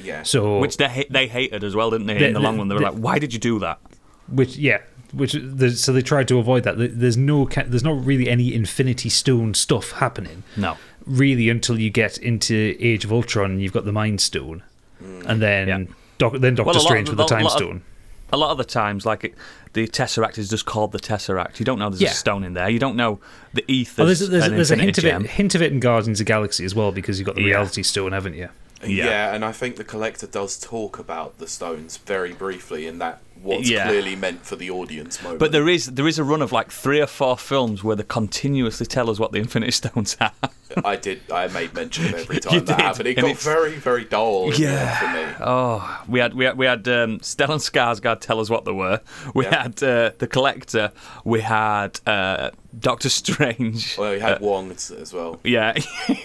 [SPEAKER 1] Yeah.
[SPEAKER 3] So
[SPEAKER 4] Which they ha- they hated as well, didn't they?
[SPEAKER 3] They-
[SPEAKER 4] In the long
[SPEAKER 3] they-
[SPEAKER 4] run, they were
[SPEAKER 3] they-
[SPEAKER 4] like, "Why did you do that?"
[SPEAKER 3] which yeah which the, so they tried to avoid that There- there's no ca- there's not really any infinity stone stuff happening
[SPEAKER 4] No.
[SPEAKER 3] really until you get into age of ultron and you've got the mind stone and then
[SPEAKER 4] Yeah.
[SPEAKER 3] doc, then doctor
[SPEAKER 4] Well, a lot
[SPEAKER 3] strange with
[SPEAKER 4] of-
[SPEAKER 3] the
[SPEAKER 4] a
[SPEAKER 3] time
[SPEAKER 4] lot of-
[SPEAKER 3] stone
[SPEAKER 4] A lot of the times, like it, the Tesseract is just called the Tesseract. You don't know there's
[SPEAKER 3] Yeah.
[SPEAKER 4] a stone in there. You don't know the ether.
[SPEAKER 3] oh, there's, there's, there's a hint of
[SPEAKER 4] gem.
[SPEAKER 3] it hint of it in guardians of the galaxy as well because you've got the
[SPEAKER 4] Yeah.
[SPEAKER 3] reality stone haven't you
[SPEAKER 1] Yeah.
[SPEAKER 4] Yeah.
[SPEAKER 1] and I think the collector does talk about the stones very briefly in that what's
[SPEAKER 4] Yeah.
[SPEAKER 1] clearly meant for the audience moment.
[SPEAKER 4] But there is there is a run of like three or four films where they continuously tell us what the Infinity Stones are.
[SPEAKER 1] I did I made mention of every
[SPEAKER 4] You
[SPEAKER 1] time that
[SPEAKER 4] did,
[SPEAKER 1] happened. It
[SPEAKER 4] and
[SPEAKER 1] got
[SPEAKER 4] it's-
[SPEAKER 1] very, very dull in the end for me.
[SPEAKER 4] Oh, we had we had we had um, Stellan Skarsgård tell us what they were. We
[SPEAKER 1] Yeah.
[SPEAKER 4] had uh, the Collector. We had uh, Doctor Strange.
[SPEAKER 1] Well, you had Wong as, as well.
[SPEAKER 4] Yeah,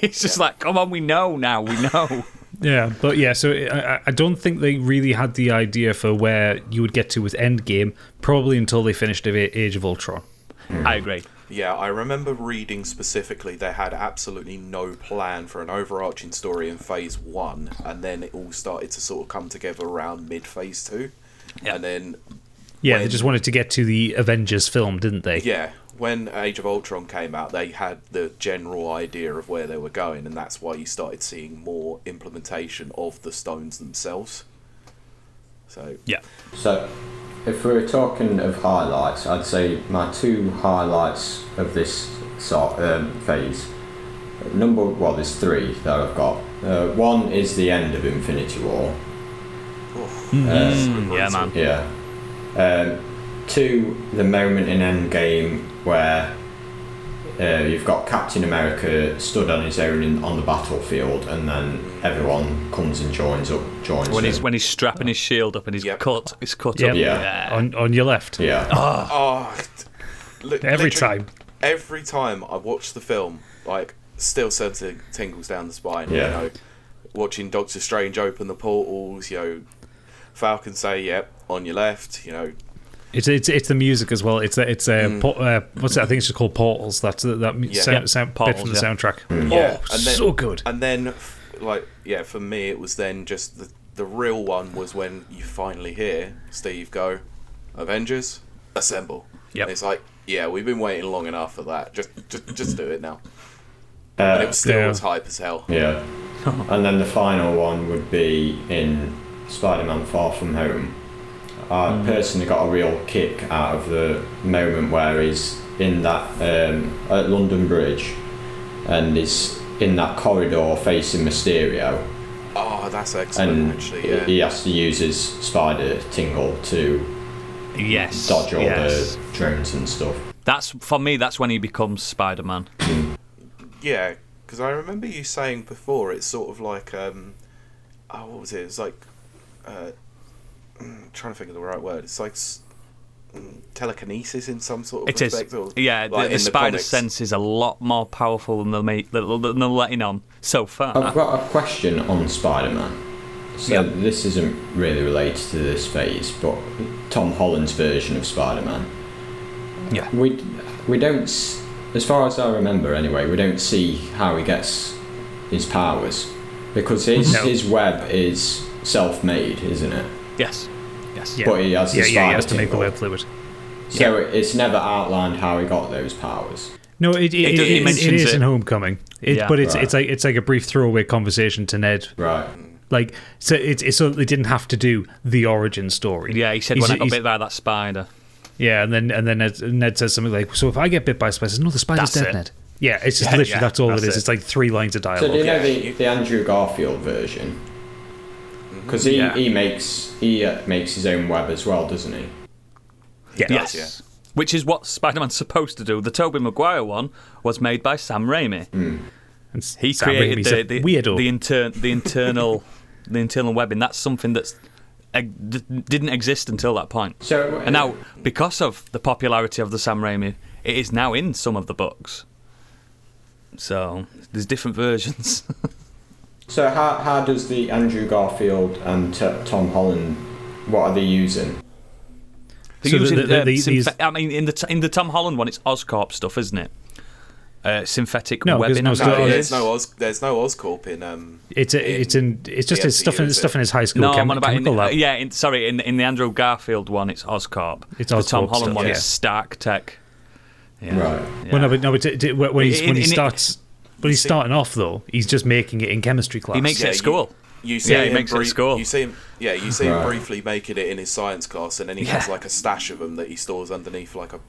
[SPEAKER 4] it's just like, come on, we know now. We know.
[SPEAKER 3] Yeah, but yeah, so I, I- I don't think they really had the idea for where you would get to with Endgame, probably until they finished A- Age of Ultron. Hmm.
[SPEAKER 4] I agree.
[SPEAKER 1] Yeah, I remember reading specifically they had absolutely no plan for an overarching story in phase one, and then it all started to sort of come together around mid phase two.
[SPEAKER 4] Yeah.
[SPEAKER 1] And then
[SPEAKER 3] Yeah, they
[SPEAKER 1] When-
[SPEAKER 3] just wanted to get to the Avengers film, didn't they?
[SPEAKER 1] Yeah, when Age of Ultron came out, they had the general idea of where they were going, and that's why you started seeing more implementation of the stones themselves. So
[SPEAKER 4] Yeah.
[SPEAKER 2] So, if we're talking of highlights, I'd say my two highlights of this sort um, phase. Number well, there's three that I've got. Uh, one is the end of Infinity War.
[SPEAKER 1] uh,
[SPEAKER 4] Mm, yeah, man.
[SPEAKER 2] Yeah. Um, two, the moment in Endgame where uh, you've got Captain America stood on his own in, on the battlefield, and then everyone comes and joins up. Joins
[SPEAKER 4] When he's
[SPEAKER 2] him.
[SPEAKER 4] when he's strapping his shield up and he's
[SPEAKER 1] Yep.
[SPEAKER 4] cut, he's cut
[SPEAKER 3] Yep.
[SPEAKER 4] up.
[SPEAKER 2] Yeah.
[SPEAKER 3] On on your left.
[SPEAKER 2] yeah.
[SPEAKER 4] Ah,
[SPEAKER 2] Uh,
[SPEAKER 1] Oh, li-
[SPEAKER 3] Every
[SPEAKER 1] literally
[SPEAKER 3] time.
[SPEAKER 1] Every time I watch the film, like still sends the tingles down the spine.
[SPEAKER 2] Yeah.
[SPEAKER 1] You know, watching Doctor Strange open the portals. You know, Falcon say, "Yep, on your left." You know,
[SPEAKER 3] It's, it's it's the music as well. It's a- it's a
[SPEAKER 2] Mm.
[SPEAKER 3] por- uh, what's it? I think it's just called Portals. That's uh, that, that mu-
[SPEAKER 1] Yeah.
[SPEAKER 3] sound,
[SPEAKER 1] Yeah,
[SPEAKER 3] sound bit
[SPEAKER 4] Portals,
[SPEAKER 3] from the
[SPEAKER 4] yeah.
[SPEAKER 3] soundtrack.
[SPEAKER 2] Mm.
[SPEAKER 1] Yeah,
[SPEAKER 3] Oh, so good.
[SPEAKER 1] And then, f- like, yeah, for me, it was then just the the real one was when you finally hear Steve go, "Avengers, assemble."
[SPEAKER 4] Yep.
[SPEAKER 1] And it's like, yeah, we've been waiting long enough for that. Just, just, just do it now. and it was still
[SPEAKER 3] Uh, yeah.
[SPEAKER 1] as hype as hell.
[SPEAKER 2] Yeah. and then the final one would be in Spider Man Far From Home. I personally got a real kick out of the moment where he's in that um, at London Bridge and he's in that corridor facing Mysterio
[SPEAKER 1] Ah, that's excellent,
[SPEAKER 2] and
[SPEAKER 1] actually.
[SPEAKER 2] he-
[SPEAKER 1] Yeah.
[SPEAKER 2] he has to use his spider tingle to
[SPEAKER 4] Yes.
[SPEAKER 2] dodge all
[SPEAKER 4] yes.
[SPEAKER 2] the drones and stuff.
[SPEAKER 4] That's for me. That's when he becomes Spider-Man.
[SPEAKER 1] Yeah, because I remember you saying before it's sort of like um, oh, what was it? It's like uh, mm, trying to think of the right word. It's like s- mm, telekinesis in some sort of
[SPEAKER 4] It is.
[SPEAKER 1] respect. Or,
[SPEAKER 4] Yeah, the,
[SPEAKER 1] like
[SPEAKER 4] the
[SPEAKER 1] in
[SPEAKER 4] spider
[SPEAKER 1] comics.
[SPEAKER 4] sense is a lot more powerful than they're, ma- than they're letting on so far.
[SPEAKER 2] I've got a question on Spider Man. So
[SPEAKER 4] Yep.
[SPEAKER 2] this isn't really related to this phase, but Tom Holland's version of Spider Man.
[SPEAKER 4] Yeah.
[SPEAKER 2] We we don't, s- as far as I remember anyway, we don't see how he gets his powers because his
[SPEAKER 3] No.
[SPEAKER 2] his web is self made, isn't it?
[SPEAKER 4] Yes. Yes.
[SPEAKER 3] Yeah.
[SPEAKER 2] But he has the
[SPEAKER 3] yeah, yeah, he has
[SPEAKER 2] spider
[SPEAKER 3] to make the
[SPEAKER 2] tingle.
[SPEAKER 3] web fluid.
[SPEAKER 2] So it's never outlined how he got those powers.
[SPEAKER 3] No, it, it,
[SPEAKER 4] It
[SPEAKER 3] it,
[SPEAKER 4] does- it
[SPEAKER 3] it, it
[SPEAKER 4] mentions
[SPEAKER 3] is
[SPEAKER 4] it.
[SPEAKER 3] in Homecoming. It,
[SPEAKER 4] Yeah.
[SPEAKER 3] but it's
[SPEAKER 2] Right.
[SPEAKER 3] it's like it's like a brief throwaway conversation to Ned.
[SPEAKER 2] Right.
[SPEAKER 3] Like so, it's it's so they didn't have to do the origin story.
[SPEAKER 4] Yeah, he said
[SPEAKER 3] He's-
[SPEAKER 4] when I got
[SPEAKER 3] he's-
[SPEAKER 4] bit by that spider.
[SPEAKER 3] Yeah, and then and then Ned, Ned says something like, "So if I get bit by spiders, no, the spider's
[SPEAKER 4] That's
[SPEAKER 3] dead,
[SPEAKER 4] it.
[SPEAKER 3] Ned." Yeah, it's just
[SPEAKER 4] Yeah,
[SPEAKER 3] literally
[SPEAKER 4] yeah,
[SPEAKER 3] that's all
[SPEAKER 4] that's
[SPEAKER 3] it is.
[SPEAKER 4] it.
[SPEAKER 3] It's like three lines of dialogue.
[SPEAKER 2] So do you know
[SPEAKER 1] Yeah,
[SPEAKER 2] the,
[SPEAKER 1] you-
[SPEAKER 2] the Andrew Garfield version? Because he,
[SPEAKER 4] Mm-hmm. Yeah.
[SPEAKER 2] he makes he uh, makes his own web as well, doesn't he?
[SPEAKER 3] yeah.
[SPEAKER 1] Yes.
[SPEAKER 4] Which is what Spider-Man's supposed to do. The Tobey Maguire one was made by Sam Raimi.
[SPEAKER 3] And
[SPEAKER 4] He
[SPEAKER 3] Sam
[SPEAKER 4] created
[SPEAKER 3] Raimi's a
[SPEAKER 4] the, the
[SPEAKER 3] weirdo.
[SPEAKER 4] the intern the internal the internal webbing. That's something that's eh, d- didn't exist until that point.
[SPEAKER 2] So uh,
[SPEAKER 4] And now, because of the popularity of the Sam Raimi, it is now in some of the books. So there's different versions.
[SPEAKER 2] so how, how does the Andrew Garfield and t- Tom Holland what are they using?
[SPEAKER 4] They're
[SPEAKER 3] So the-
[SPEAKER 4] using,
[SPEAKER 3] the- the- the-
[SPEAKER 4] uh,
[SPEAKER 3] these-
[SPEAKER 4] synthet- I mean, in the t- in the Tom Holland one, it's Oscorp stuff, isn't it? Uh, synthetic
[SPEAKER 3] No,
[SPEAKER 4] webbing.
[SPEAKER 3] there's no-
[SPEAKER 4] I
[SPEAKER 1] No,
[SPEAKER 4] think it
[SPEAKER 3] Yeah.
[SPEAKER 1] there's
[SPEAKER 4] is.
[SPEAKER 1] no Oz, there's no Oscorp in um.
[SPEAKER 3] it's a, it's in it's just
[SPEAKER 1] the
[SPEAKER 3] his stuff in
[SPEAKER 1] MCU, is
[SPEAKER 3] stuff
[SPEAKER 1] it?
[SPEAKER 3] in his high school
[SPEAKER 4] No,
[SPEAKER 3] chem-
[SPEAKER 4] I'm on about in,
[SPEAKER 3] chemical lab.
[SPEAKER 4] yeah. In, sorry, in in the Andrew Garfield one, it's Oscorp.
[SPEAKER 3] It's
[SPEAKER 4] the Tom
[SPEAKER 3] Oscorp
[SPEAKER 4] Holland
[SPEAKER 3] stuff,
[SPEAKER 4] one
[SPEAKER 3] yeah.
[SPEAKER 4] is Stark Tech. Yeah.
[SPEAKER 2] Right.
[SPEAKER 4] Yeah.
[SPEAKER 3] Well, no, but no, but it- it- when he's,
[SPEAKER 4] In-
[SPEAKER 3] when he
[SPEAKER 4] in it-
[SPEAKER 3] starts when he's starting off though, he's just making it in chemistry class.
[SPEAKER 4] he makes
[SPEAKER 1] Yeah,
[SPEAKER 4] it
[SPEAKER 1] you-
[SPEAKER 4] at school.
[SPEAKER 1] You see
[SPEAKER 4] Yeah, he
[SPEAKER 1] him
[SPEAKER 4] makes it at school.
[SPEAKER 1] You see him, yeah, you see
[SPEAKER 2] Right.
[SPEAKER 1] him briefly making it in his science class, and then he has
[SPEAKER 4] Yeah.
[SPEAKER 1] like a stash of them that he stores underneath like a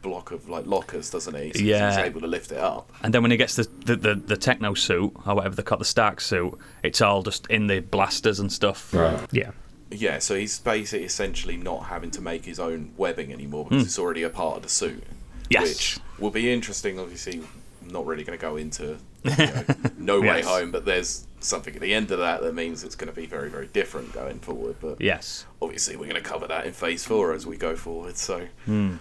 [SPEAKER 1] block of like lockers, doesn't he? So he's
[SPEAKER 4] Yeah.
[SPEAKER 1] able to lift it up.
[SPEAKER 4] And then when he gets the, the, the, the techno suit or whatever they call the Stark suit, it's all just in the blasters and stuff.
[SPEAKER 2] Right.
[SPEAKER 3] yeah.
[SPEAKER 1] Yeah, so he's basically essentially not having to make his own webbing anymore because it's already a part of the suit.
[SPEAKER 4] Hmm. Yes.
[SPEAKER 1] Which will be interesting, obviously. I'm not really going to go into you know, No Way
[SPEAKER 4] Yes.
[SPEAKER 1] Home, but there's something at the end of that that means it's going to be very, very different going forward. But
[SPEAKER 4] Yes.
[SPEAKER 1] obviously, we're going to cover that in phase four as we go forward. So
[SPEAKER 4] Hmm.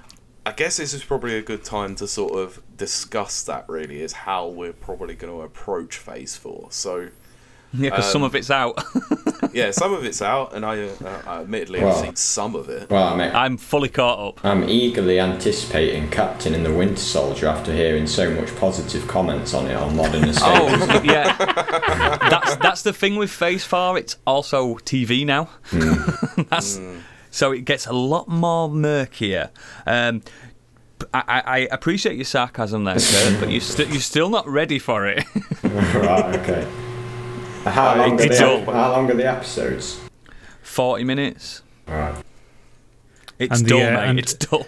[SPEAKER 1] I guess this is probably a good time to sort of discuss that, really, is how we're probably going to approach phase four. So.
[SPEAKER 4] Yeah, because some of it's out.
[SPEAKER 1] Yeah, some of it's out, and I, uh, I admittedly
[SPEAKER 2] Wow.
[SPEAKER 1] I've seen some of it.
[SPEAKER 2] Well, I mean,
[SPEAKER 4] I'm fully caught up.
[SPEAKER 2] I'm eagerly anticipating Captain and the Winter Soldier after hearing so much positive comments on it on Modern Escape.
[SPEAKER 4] Oh, yeah. That's that's the thing with Phase Four. It's also TV now. that's so it gets a lot more murkier. Um, b- I, I- I appreciate your sarcasm there, Kurt, but you're, st- you're still not ready for it.
[SPEAKER 2] right. Okay. How
[SPEAKER 1] Uh,
[SPEAKER 2] long, are
[SPEAKER 4] it's
[SPEAKER 2] the,
[SPEAKER 4] all-
[SPEAKER 2] how long are the episodes?
[SPEAKER 4] Forty minutes.
[SPEAKER 2] Right.
[SPEAKER 4] It's
[SPEAKER 3] And the,
[SPEAKER 4] dull,
[SPEAKER 3] uh,
[SPEAKER 4] mate.
[SPEAKER 3] and-
[SPEAKER 4] It's dull.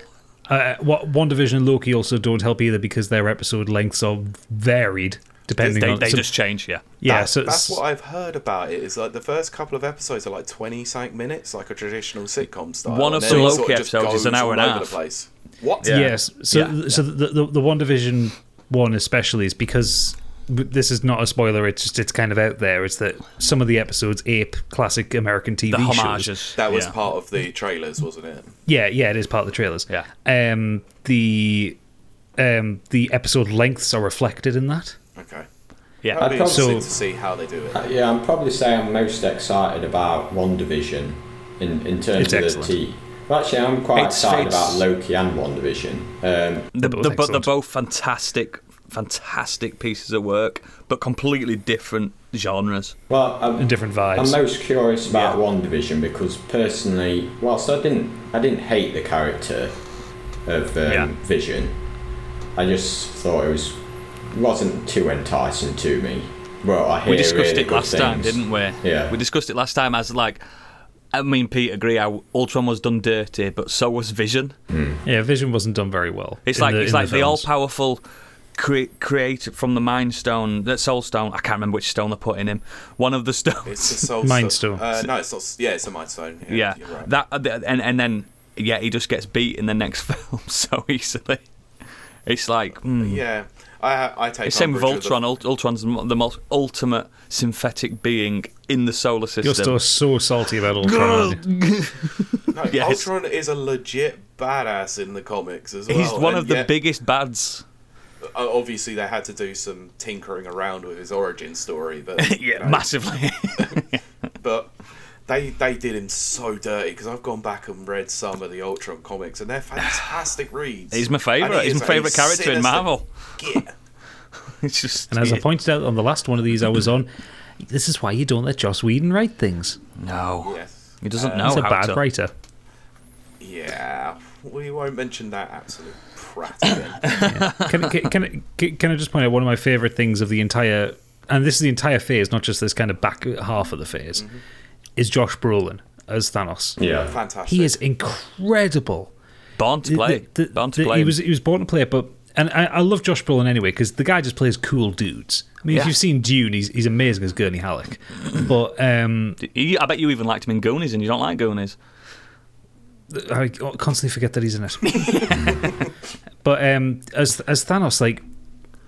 [SPEAKER 3] Uh, what WandaVision and Loki also don't help either because their episode lengths are varied depending
[SPEAKER 4] They,
[SPEAKER 3] on
[SPEAKER 4] they
[SPEAKER 3] so-
[SPEAKER 4] just change, yeah.
[SPEAKER 3] yeah.
[SPEAKER 1] That-
[SPEAKER 3] so
[SPEAKER 1] that's
[SPEAKER 3] it's-
[SPEAKER 1] what I've heard about it. Is like the first couple of episodes are like twenty something minutes, like a traditional sitcom style.
[SPEAKER 4] One of
[SPEAKER 1] and then
[SPEAKER 4] the
[SPEAKER 1] it
[SPEAKER 4] Loki
[SPEAKER 1] sort of just
[SPEAKER 4] episodes is
[SPEAKER 1] goes
[SPEAKER 4] an hour
[SPEAKER 1] all
[SPEAKER 4] and a
[SPEAKER 1] over
[SPEAKER 4] half.
[SPEAKER 1] The place. What?
[SPEAKER 4] Yeah.
[SPEAKER 3] Yes. So,
[SPEAKER 4] Yeah.
[SPEAKER 3] so The, the the WandaVision one especially is because this is not a spoiler. It's just it's kind of out there. It's that some of the episodes ape classic American TV
[SPEAKER 4] The
[SPEAKER 3] shows.
[SPEAKER 4] homages.
[SPEAKER 1] That was
[SPEAKER 4] yeah.
[SPEAKER 1] part of the trailers, wasn't it?
[SPEAKER 3] Yeah, yeah, it is part of the trailers.
[SPEAKER 4] Yeah.
[SPEAKER 3] Um, the um the episode lengths are reflected in that.
[SPEAKER 1] Okay.
[SPEAKER 4] Yeah.
[SPEAKER 1] That'd be
[SPEAKER 2] probably-
[SPEAKER 1] interesting
[SPEAKER 3] So-
[SPEAKER 1] to see how they do it.
[SPEAKER 2] Uh, Yeah, I'm probably saying I'm most excited about One Division in, in terms
[SPEAKER 3] It's
[SPEAKER 2] of
[SPEAKER 3] excellent.
[SPEAKER 2] the T. Well, actually, I'm quite
[SPEAKER 4] It's-
[SPEAKER 2] excited
[SPEAKER 4] it's-
[SPEAKER 2] about Loki and One Division. Um,
[SPEAKER 3] They're
[SPEAKER 4] The, the,
[SPEAKER 3] both
[SPEAKER 4] but they're
[SPEAKER 3] excellent.
[SPEAKER 4] both fantastic, fantastic pieces of work, but completely different genres.
[SPEAKER 2] well, I'm,
[SPEAKER 3] And different vibes.
[SPEAKER 2] I'm most curious about
[SPEAKER 1] Yeah.
[SPEAKER 2] One Division because personally, whilst I didn't, I didn't hate the character of um,
[SPEAKER 4] Yeah.
[SPEAKER 2] Vision. I just thought it was wasn't too enticing to me. Well, I hear
[SPEAKER 4] We
[SPEAKER 2] really
[SPEAKER 4] discussed it
[SPEAKER 2] good
[SPEAKER 4] last time,
[SPEAKER 2] things.
[SPEAKER 4] didn't we?
[SPEAKER 2] Yeah.
[SPEAKER 4] We discussed it last time as like, I mean, Pete agree how Ultron was done dirty, but so was Vision.
[SPEAKER 3] Yeah, Vision wasn't done very well.
[SPEAKER 4] It's
[SPEAKER 3] in
[SPEAKER 4] like
[SPEAKER 3] the,
[SPEAKER 4] it's
[SPEAKER 3] in
[SPEAKER 4] like the,
[SPEAKER 3] films.
[SPEAKER 4] all powerful cre- created from the Mind Stone, that Soul Stone. I can't remember which stone they put in him. One of the stones.
[SPEAKER 1] It's a soul
[SPEAKER 3] Mind
[SPEAKER 1] stone.
[SPEAKER 3] Stone.
[SPEAKER 1] Uh, no, it's not. Yeah, it's a mind stone.
[SPEAKER 4] Yeah,
[SPEAKER 1] you're right.
[SPEAKER 4] that uh, and and then yeah, he just gets beat in the next film so easily. It's like mm.
[SPEAKER 1] yeah. I I take
[SPEAKER 4] It's same with
[SPEAKER 1] umbrage
[SPEAKER 4] Ultron. Ult- Ultron's the mo- the most ultimate synthetic being in the solar system.
[SPEAKER 3] You're still so salty about Ultron. aren't you?
[SPEAKER 1] the- No,
[SPEAKER 4] Yes.
[SPEAKER 1] Ultron is a legit badass in the comics as well.
[SPEAKER 4] He's one
[SPEAKER 1] and
[SPEAKER 4] of the
[SPEAKER 1] yet-
[SPEAKER 4] biggest bads.
[SPEAKER 1] o- Obviously, they had to do some tinkering around with his origin story, but you know,
[SPEAKER 4] massively.
[SPEAKER 1] but they they did him so dirty because I've gone back and read some of the Ultron comics, and they're fantastic reads.
[SPEAKER 4] He's my
[SPEAKER 1] And
[SPEAKER 4] favourite.
[SPEAKER 1] he
[SPEAKER 4] He's
[SPEAKER 1] is
[SPEAKER 4] my
[SPEAKER 1] a
[SPEAKER 4] favourite character
[SPEAKER 1] sinister
[SPEAKER 4] in Marvel.
[SPEAKER 1] git.
[SPEAKER 4] It's just.
[SPEAKER 3] And as I pointed out on the last one of these I was on, this is why you don't let Joss Whedon write things.
[SPEAKER 4] no,
[SPEAKER 1] Yes.
[SPEAKER 4] he doesn't
[SPEAKER 1] Uh,
[SPEAKER 4] know
[SPEAKER 3] He's a
[SPEAKER 4] how
[SPEAKER 3] bad
[SPEAKER 4] to.
[SPEAKER 3] writer.
[SPEAKER 1] Yeah, we won't mention that absolute prat again.
[SPEAKER 3] can, can, can, can, can I just point out one of my favourite things of the entire, and this is the entire phase, not just this kind of back half of the phase,
[SPEAKER 4] Mm-hmm.
[SPEAKER 3] is Josh Brolin as Thanos.
[SPEAKER 2] Yeah.
[SPEAKER 1] Fantastic.
[SPEAKER 3] He is incredible.
[SPEAKER 4] Born to play.
[SPEAKER 3] The- the-
[SPEAKER 4] Born to
[SPEAKER 3] the-
[SPEAKER 4] play.
[SPEAKER 3] He was he was born to play it, but and I, I love Josh Brolin anyway because the guy just plays cool dudes. I mean, if
[SPEAKER 4] Yeah.
[SPEAKER 3] you've seen Dune, he's, he's amazing as Gurney Halleck. But um,
[SPEAKER 4] He- I bet you even liked him in Goonies, and you don't like Goonies.
[SPEAKER 3] I constantly forget that he's in it. but um, as as Thanos, like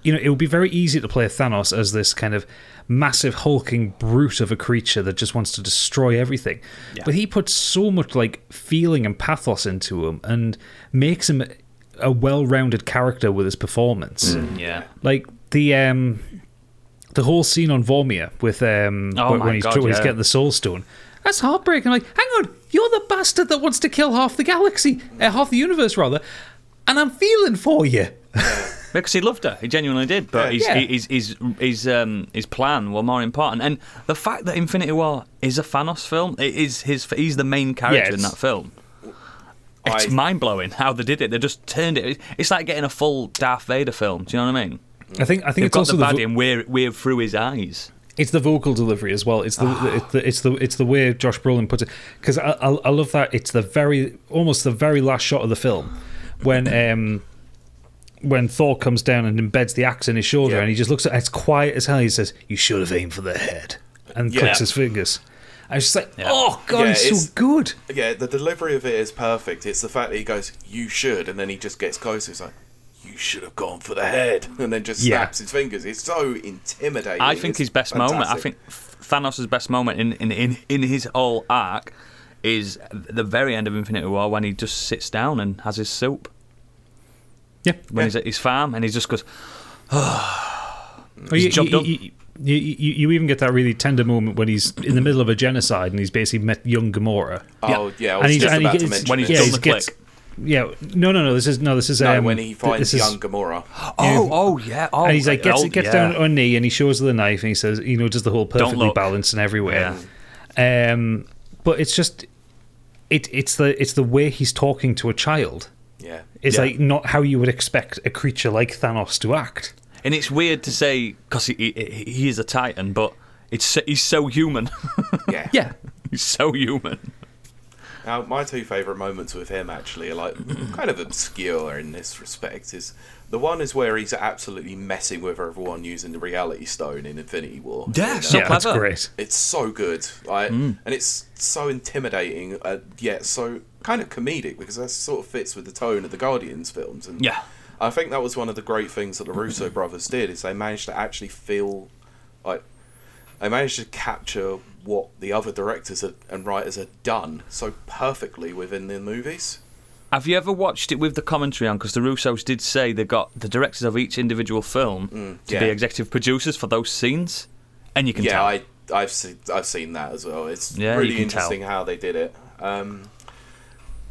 [SPEAKER 3] you know, it would be very easy to play Thanos as this kind of massive hulking brute of a creature that just wants to destroy everything. But he puts so much like feeling and pathos into him, and makes him a well-rounded character with his performance.
[SPEAKER 4] Yeah.
[SPEAKER 3] Like the um, the whole scene on Vormir with um,
[SPEAKER 4] Oh
[SPEAKER 3] when,
[SPEAKER 4] my
[SPEAKER 3] when he's,
[SPEAKER 4] God,
[SPEAKER 3] when he's
[SPEAKER 4] yeah.
[SPEAKER 3] getting the Soul Stone. That's heartbreaking. Like, hang on, you're the bastard that wants to kill half the galaxy, uh, half the universe rather, and I'm feeling for you.
[SPEAKER 4] Because he loved her, he genuinely did. But his,
[SPEAKER 3] Yeah.
[SPEAKER 4] his his his um his plan were more important, and the fact that Infinity War is a Thanos film, it is his. He's the main character in
[SPEAKER 3] it's-
[SPEAKER 4] that film. It's
[SPEAKER 1] I-
[SPEAKER 4] mind blowing how they did it. They just turned it. It's like getting a full Darth Vader film. Do you know what I mean?
[SPEAKER 3] I think I think
[SPEAKER 4] They've
[SPEAKER 3] it's
[SPEAKER 4] got
[SPEAKER 3] also
[SPEAKER 4] the
[SPEAKER 3] the
[SPEAKER 4] baddie,
[SPEAKER 3] vo-
[SPEAKER 4] and we're we're through his eyes.
[SPEAKER 3] it's the vocal delivery as well. It's the,
[SPEAKER 1] Ah.
[SPEAKER 3] it's, the it's the it's the way Josh Brolin puts it because I, I I love that it's the very almost the very last shot of the film when um when Thor comes down and embeds the axe in his shoulder
[SPEAKER 1] Yeah.
[SPEAKER 3] and he just looks at it's quiet as hell. He says, "You should have aimed for the head," and
[SPEAKER 1] Yeah.
[SPEAKER 3] clicks his fingers. I was just like, "Oh god,
[SPEAKER 1] Yeah,
[SPEAKER 3] he's
[SPEAKER 1] it's-
[SPEAKER 3] so good."
[SPEAKER 1] Yeah, the delivery of it is perfect. It's the fact that he goes, "You should," and then he just gets closer. He's like, "You should have gone for the head," and then just
[SPEAKER 3] Yeah.
[SPEAKER 1] snaps his fingers. It's so intimidating.
[SPEAKER 4] I think
[SPEAKER 1] It's
[SPEAKER 4] his best moment. I
[SPEAKER 1] fantastic.
[SPEAKER 4] think Thanos' best moment in, in, in, in his whole arc is the very end of Infinity War when he just sits down and has his soup
[SPEAKER 3] Yeah,
[SPEAKER 4] when he's at his farm and he just goes,
[SPEAKER 3] Or you,
[SPEAKER 4] jumped
[SPEAKER 3] you,
[SPEAKER 4] up.
[SPEAKER 3] you, you, you- you even get that really tender moment when he's in the middle of a genocide and he's basically met young Gamora.
[SPEAKER 1] Oh yeah, I was
[SPEAKER 3] and he's,
[SPEAKER 1] just
[SPEAKER 3] and he
[SPEAKER 1] about to
[SPEAKER 3] gets-
[SPEAKER 1] mention
[SPEAKER 4] When he's
[SPEAKER 1] it.
[SPEAKER 3] yeah,
[SPEAKER 4] done
[SPEAKER 3] he
[SPEAKER 4] the
[SPEAKER 3] gets-
[SPEAKER 4] click.
[SPEAKER 3] Yeah, no, no, no. This is no, this is
[SPEAKER 1] No,
[SPEAKER 3] um,
[SPEAKER 1] when he
[SPEAKER 3] th-
[SPEAKER 1] finds
[SPEAKER 3] this
[SPEAKER 1] young
[SPEAKER 3] is,
[SPEAKER 1] Gamora.
[SPEAKER 4] "Oh, oh yeah." Oh,
[SPEAKER 3] and he's like gets
[SPEAKER 4] oh,
[SPEAKER 3] gets
[SPEAKER 4] yeah.
[SPEAKER 3] down on her knee and he shows her the knife and he says, you know, does the whole perfectly
[SPEAKER 4] look.
[SPEAKER 3] balanced and everywhere. Um, but it's just it it's the it's the way he's talking to a child.
[SPEAKER 1] Yeah,
[SPEAKER 3] It's
[SPEAKER 4] Yeah.
[SPEAKER 3] like not how you would expect a creature like Thanos to act.
[SPEAKER 4] And it's weird to say because he, he he is a Titan, but it's so- he's so human.
[SPEAKER 1] yeah,
[SPEAKER 3] Yeah,
[SPEAKER 4] he's so human.
[SPEAKER 1] Now, my two favourite moments with him actually are like kind of obscure in this respect. Is the one is where he's absolutely messing with everyone using the Reality Stone in Infinity War.
[SPEAKER 4] Yeah,
[SPEAKER 1] You
[SPEAKER 4] so
[SPEAKER 1] know?
[SPEAKER 3] yeah, that's
[SPEAKER 4] clever.
[SPEAKER 3] great.
[SPEAKER 1] It's so good, like, and it's so intimidating, uh, yet so kind of comedic because that sort of fits with the tone of the Guardians films. And
[SPEAKER 4] Yeah.
[SPEAKER 1] I think that was one of the great things that the Russo brothers did is they managed to actually feel like they managed to capture what the other directors had, and writers had done so perfectly within their movies.
[SPEAKER 4] Have you ever watched it with the commentary on? Because the Russos did say they got the directors of each individual film to
[SPEAKER 1] Mm, yeah.
[SPEAKER 4] be executive producers for those scenes, and you can
[SPEAKER 1] Yeah,
[SPEAKER 4] tell.
[SPEAKER 1] I I've seen I've seen that as well. It's
[SPEAKER 4] Yeah, you
[SPEAKER 1] really
[SPEAKER 4] can
[SPEAKER 1] interesting
[SPEAKER 4] tell.
[SPEAKER 1] how they did it. Um,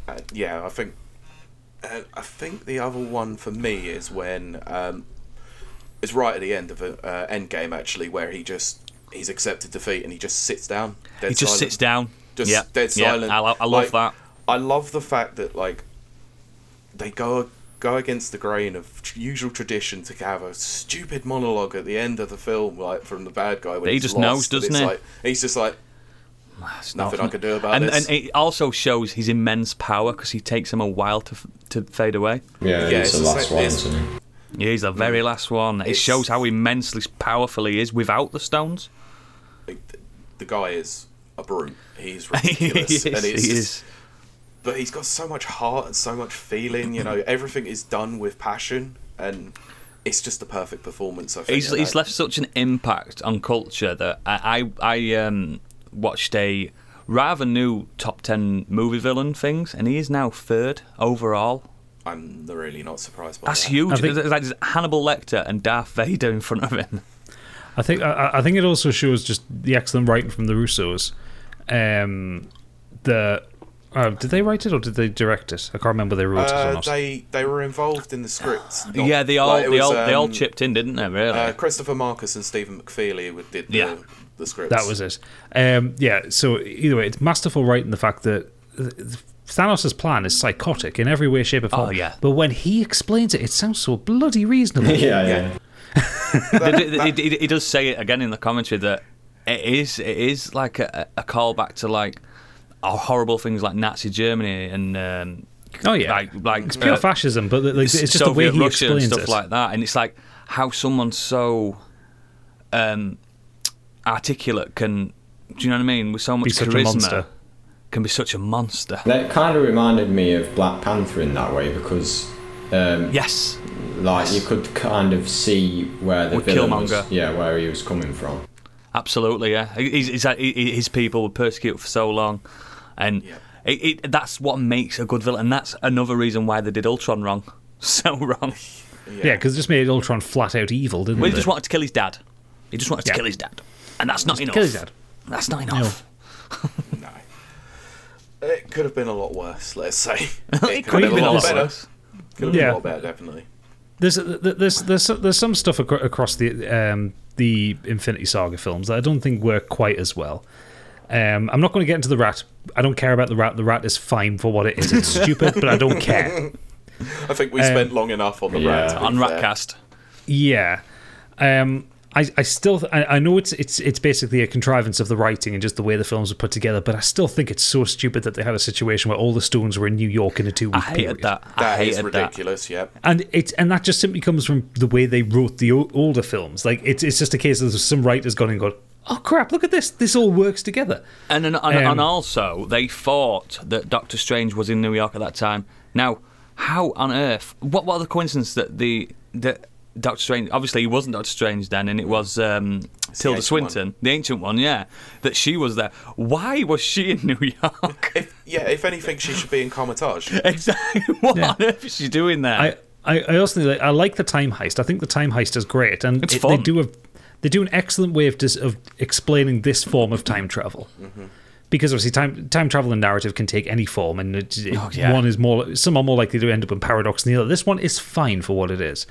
[SPEAKER 1] uh, yeah, I think uh, I think the other one for me is when um, it's right at the end of a, uh, Endgame actually, where he just he's accepted defeat and he just sits down.
[SPEAKER 4] he just sits down.
[SPEAKER 1] just
[SPEAKER 4] yeah.
[SPEAKER 1] dead
[SPEAKER 4] yeah,
[SPEAKER 1] silent.
[SPEAKER 4] I, lo- I
[SPEAKER 1] Like,
[SPEAKER 4] love that.
[SPEAKER 1] I love the fact that like they go go against the grain of tr- usual tradition to have a stupid monologue at the end of the film, like from the bad guy. When
[SPEAKER 4] He
[SPEAKER 1] he's
[SPEAKER 4] just
[SPEAKER 1] lost, and
[SPEAKER 4] knows,
[SPEAKER 1] it's
[SPEAKER 4] doesn't he?
[SPEAKER 1] Like, he's just like
[SPEAKER 4] It's
[SPEAKER 1] nothing I can do about
[SPEAKER 4] and,
[SPEAKER 1] this.
[SPEAKER 4] And it also shows his immense power because he takes him a while to f- to fade away.
[SPEAKER 2] Yeah,
[SPEAKER 1] Yeah,
[SPEAKER 2] it's
[SPEAKER 1] it's
[SPEAKER 2] the
[SPEAKER 1] the
[SPEAKER 2] last
[SPEAKER 1] same-
[SPEAKER 2] one,
[SPEAKER 1] it's-
[SPEAKER 2] isn't it?
[SPEAKER 4] Yeah, he's the very last one. It
[SPEAKER 1] Mm. It's-
[SPEAKER 4] shows how immensely powerful he is without the stones.
[SPEAKER 1] Like, th- the guy is a brute. He's
[SPEAKER 4] he
[SPEAKER 1] ridiculous,
[SPEAKER 4] is.
[SPEAKER 1] and it's just-
[SPEAKER 4] he is.
[SPEAKER 1] but he's got so much heart and so much feeling. You know, everything is done with passion, and it's just the perfect performance. I think
[SPEAKER 4] He's,
[SPEAKER 1] you
[SPEAKER 4] he's
[SPEAKER 1] know.
[SPEAKER 4] left such an impact on culture that I I, I um, watched a rather new top ten movie villain things, and he is now third overall.
[SPEAKER 1] I'm really not surprised by
[SPEAKER 4] That's
[SPEAKER 1] that.
[SPEAKER 4] huge.
[SPEAKER 3] I think-
[SPEAKER 4] There's like there's Hannibal Lecter and Darth Vader in front of him.
[SPEAKER 3] I think I, I think it also shows just the excellent writing from the Russos. Um, the uh, did they write it or did they direct it? I can't remember if they wrote it or
[SPEAKER 1] Uh,
[SPEAKER 3] not.
[SPEAKER 1] they they were involved in the scripts. not-
[SPEAKER 4] yeah, they all
[SPEAKER 1] like, Oh, it
[SPEAKER 4] they
[SPEAKER 1] was,
[SPEAKER 4] all they all
[SPEAKER 1] um,
[SPEAKER 4] chipped in, didn't they? Really?
[SPEAKER 1] Uh, Christopher Marcus and Stephen McFeely would- did the,
[SPEAKER 4] Yeah.
[SPEAKER 1] the scripts.
[SPEAKER 3] That was it. Um, yeah. So either way, it's masterful writing the fact that th- th- Thanos' plan is psychotic in every way, shape, or form.
[SPEAKER 4] Oh, yeah.
[SPEAKER 3] But when he explains it, it sounds so bloody reasonable.
[SPEAKER 2] yeah, yeah.
[SPEAKER 4] It- it- it- it does say it again in the commentary that it is it is like a, a callback to like our horrible things like Nazi Germany and um,
[SPEAKER 3] Oh yeah.
[SPEAKER 4] like like
[SPEAKER 3] it's pure
[SPEAKER 4] uh,
[SPEAKER 3] fascism, but like, it's just the way
[SPEAKER 4] Soviet
[SPEAKER 3] he
[SPEAKER 4] Russia and
[SPEAKER 3] explains
[SPEAKER 4] stuff
[SPEAKER 3] it.
[SPEAKER 4] like that, and it's like how someone so um, articulate can do you know what I mean with so much
[SPEAKER 3] Be such a
[SPEAKER 4] charisma
[SPEAKER 3] monster.
[SPEAKER 4] can be such a monster.
[SPEAKER 2] That kind of reminded me of Black Panther in that way because, um,
[SPEAKER 4] Yes,
[SPEAKER 2] like, you could kind of see where the
[SPEAKER 4] With
[SPEAKER 2] villain
[SPEAKER 4] Killmonger.
[SPEAKER 2] was, yeah, where he was coming from.
[SPEAKER 4] Absolutely, yeah. He's, he's, he- his people were persecuted for so long, and
[SPEAKER 1] Yeah.
[SPEAKER 4] it, it, that's what makes a good villain. And that's another reason why they did Ultron wrong, so wrong.
[SPEAKER 3] Yeah, because it just made Ultron flat out evil, didn't it?
[SPEAKER 4] Well, he just wanted to kill his dad. He just wanted
[SPEAKER 3] Yeah.
[SPEAKER 4] to kill his dad, and that's not enough.
[SPEAKER 3] kill his dad.
[SPEAKER 4] That's not enough.
[SPEAKER 1] no. It could have been a lot worse. Let's say
[SPEAKER 4] it could have been a lot
[SPEAKER 1] better.
[SPEAKER 4] worse.
[SPEAKER 1] Could have been
[SPEAKER 3] Yeah.
[SPEAKER 1] a lot better, definitely.
[SPEAKER 3] there's uh, there's there's there's some stuff acro- across the um, the Infinity Saga films that I don't think work quite as well. Um, I'm not going to get into the rat. I don't care about the rat. The rat is fine for what it is. It's stupid, but I don't care.
[SPEAKER 1] I think
[SPEAKER 3] Um,
[SPEAKER 1] we spent long enough on the
[SPEAKER 2] yeah.
[SPEAKER 1] rat. to be
[SPEAKER 4] On
[SPEAKER 1] fair.
[SPEAKER 4] Ratcast,
[SPEAKER 3] Yeah. Um, I, I still I, I know it's it's it's basically a contrivance of the writing and just the way the films are put together, but I still think it's so stupid that they had a situation where all the stones were in New York in a two
[SPEAKER 4] I
[SPEAKER 3] week
[SPEAKER 4] hated
[SPEAKER 3] period.
[SPEAKER 4] that. I
[SPEAKER 1] That
[SPEAKER 4] hated
[SPEAKER 1] is ridiculous. Yep.
[SPEAKER 3] and it's and that just simply comes from the way they wrote the o- older films. Like it's it's just a case of some writers gone and gone, oh crap, look at this, this all works together.
[SPEAKER 4] that. And and, and,
[SPEAKER 3] Um,
[SPEAKER 4] and also they thought that Doctor Strange was in New York at that time. Now, how on earth? What what are the coincidence that the that Doctor Strange? Obviously, he wasn't Doctor Strange then, and it was um, Tilda
[SPEAKER 1] ancient
[SPEAKER 4] Swinton, the ancient one. Yeah, that she was there. Why was she in New York?
[SPEAKER 1] If yeah, if anything, she should be in Comitage.
[SPEAKER 4] exactly. What
[SPEAKER 3] Yeah.
[SPEAKER 4] on earth is she doing there?
[SPEAKER 3] I I, I also like, I like the time heist. I think the time heist is great, and
[SPEAKER 4] It's
[SPEAKER 3] it- they
[SPEAKER 4] fun.
[SPEAKER 3] do a they do an excellent way of dis, of explaining this form of time travel.
[SPEAKER 4] Mm-hmm.
[SPEAKER 3] Because obviously, time time travel and narrative can take any form, and it, it-
[SPEAKER 4] Oh, yeah.
[SPEAKER 3] one is more some are more likely to end up in paradox than the other. This one is fine for what it is.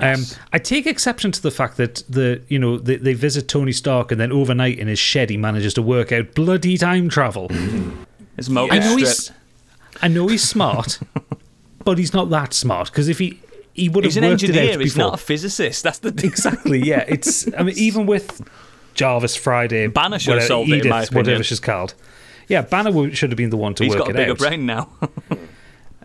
[SPEAKER 3] Um, I take exception to the fact that the you know they, they visit Tony Stark and then overnight in his shed he manages to work out bloody time travel.
[SPEAKER 4] it's Mo.
[SPEAKER 1] I
[SPEAKER 3] I
[SPEAKER 1] Yeah.
[SPEAKER 3] know he's I know he's smart, but he's not that smart because if he he would
[SPEAKER 4] He's
[SPEAKER 3] have
[SPEAKER 4] an
[SPEAKER 3] worked it
[SPEAKER 4] engineer.
[SPEAKER 3] out
[SPEAKER 4] He's
[SPEAKER 3] before.
[SPEAKER 4] not a physicist. That's the
[SPEAKER 3] exactly. Yeah, it's I mean even with Jarvis Friday,
[SPEAKER 4] Banner should
[SPEAKER 3] whatever,
[SPEAKER 4] have solved it, in
[SPEAKER 3] Edith,
[SPEAKER 4] my opinion.
[SPEAKER 3] whatever she's called. Yeah, Banner would- should have been the one to
[SPEAKER 4] He's
[SPEAKER 3] work
[SPEAKER 4] got a
[SPEAKER 3] it
[SPEAKER 4] bigger
[SPEAKER 3] out.
[SPEAKER 4] brain now.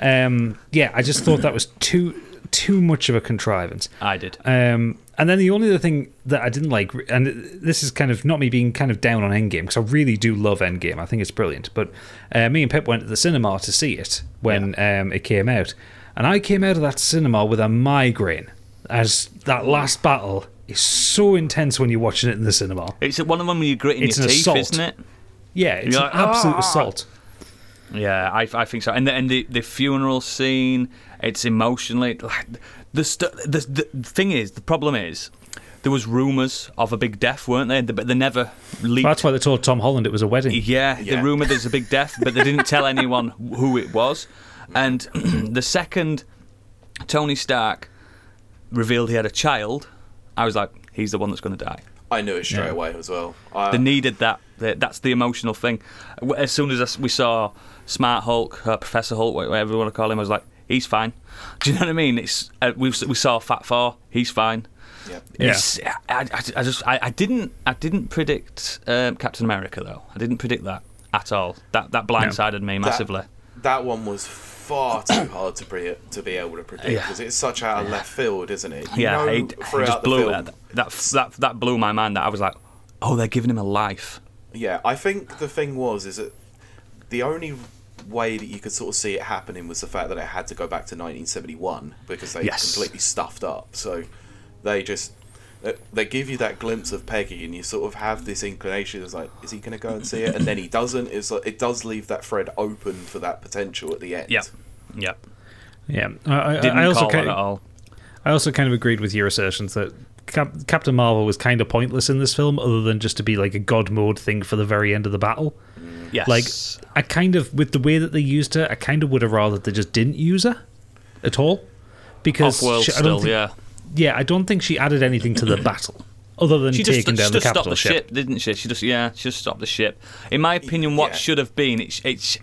[SPEAKER 3] Um, yeah, I just thought that was too too much of a contrivance.
[SPEAKER 4] I did.
[SPEAKER 3] Um, and then the only other thing that I didn't like, and this is kind of not me being kind of down on Endgame because I really do love Endgame. I think it's brilliant. But uh, me and Pip went to the cinema to see it when um, it came out, and I came out of that cinema with a migraine as that last battle is so intense when you're watching it in the cinema.
[SPEAKER 4] It's one of them where you're gritting
[SPEAKER 3] It's
[SPEAKER 4] your
[SPEAKER 3] an
[SPEAKER 4] teeth,
[SPEAKER 3] assault.
[SPEAKER 4] isn't it?
[SPEAKER 3] Yeah, it's
[SPEAKER 4] You're
[SPEAKER 3] an
[SPEAKER 4] like,
[SPEAKER 3] absolute
[SPEAKER 4] "Ah!"
[SPEAKER 3] assault.
[SPEAKER 4] Yeah, I, I think so. And the, and the, the funeral scene, it's emotionally like the, stu- the the thing is the problem is there was rumours of a big death, weren't there? But they never leaked.
[SPEAKER 3] That's why they told Tom Holland it was a wedding.
[SPEAKER 4] yeah,
[SPEAKER 1] Yeah.
[SPEAKER 4] the rumour there's a big death, but they didn't tell anyone who it was. And the second Tony Stark revealed he had a child, I was like, he's the one that's going to die.
[SPEAKER 1] I knew it straight
[SPEAKER 3] Yeah.
[SPEAKER 1] away as well. Uh, I,
[SPEAKER 4] They needed that. They- That's the emotional thing. W- As soon as us- we saw Smart Hulk, uh, Professor Hulk, wha- whatever you want to call him, I was like, he's fine. Do you know what I mean? It's uh, we we saw Fat Four. He's fine.
[SPEAKER 1] yep.
[SPEAKER 3] Yeah.
[SPEAKER 4] It's- I, I, I just I, I didn't I didn't predict um, Captain America though. I didn't predict that at all. That that blindsided me massively.
[SPEAKER 1] that one was far too hard to pre- to be able to predict
[SPEAKER 4] Yeah.
[SPEAKER 1] because it's such out of left field, isn't it? You
[SPEAKER 4] Yeah,
[SPEAKER 1] know
[SPEAKER 4] I, I
[SPEAKER 1] throughout
[SPEAKER 4] just
[SPEAKER 1] the
[SPEAKER 4] blew
[SPEAKER 1] film-
[SPEAKER 4] that, that that that blew my mind. That I was like, oh, they're giving him a life.
[SPEAKER 1] Yeah, I think the thing was is that the only way that you could sort of see it happening was the fact that it had to go back to 1971 because they
[SPEAKER 4] Yes.
[SPEAKER 1] completely stuffed up. So they just they- they give you that glimpse of Peggy, and you sort of have this inclination. It's like, is he going to go and see it? And then he doesn't. It's like it does leave that thread open for that potential at the end.
[SPEAKER 4] Yep, yep.
[SPEAKER 3] Yeah, I, I,
[SPEAKER 4] Didn't
[SPEAKER 3] I also
[SPEAKER 4] call
[SPEAKER 3] kind
[SPEAKER 4] it at all.
[SPEAKER 3] I also kind of agreed with your assertions that Cap- Captain Marvel was kind of pointless in this film, other than just to be like a god mode thing for the very end of the battle.
[SPEAKER 4] Yes,
[SPEAKER 3] Like, I kind of with the way that they used her, I kind of would have rather they just didn't use her at all because
[SPEAKER 4] off world
[SPEAKER 3] she- I
[SPEAKER 4] still.
[SPEAKER 3] don't think,
[SPEAKER 4] yeah,
[SPEAKER 3] yeah, I don't think she added anything to the battle other than
[SPEAKER 4] she just,
[SPEAKER 3] taking down
[SPEAKER 4] she
[SPEAKER 3] the
[SPEAKER 4] just stopped
[SPEAKER 3] capital
[SPEAKER 4] the
[SPEAKER 3] ship.
[SPEAKER 4] ship. didn't she? She just yeah, she just stopped the ship. In my opinion, what
[SPEAKER 1] yeah.
[SPEAKER 4] should have been it's it's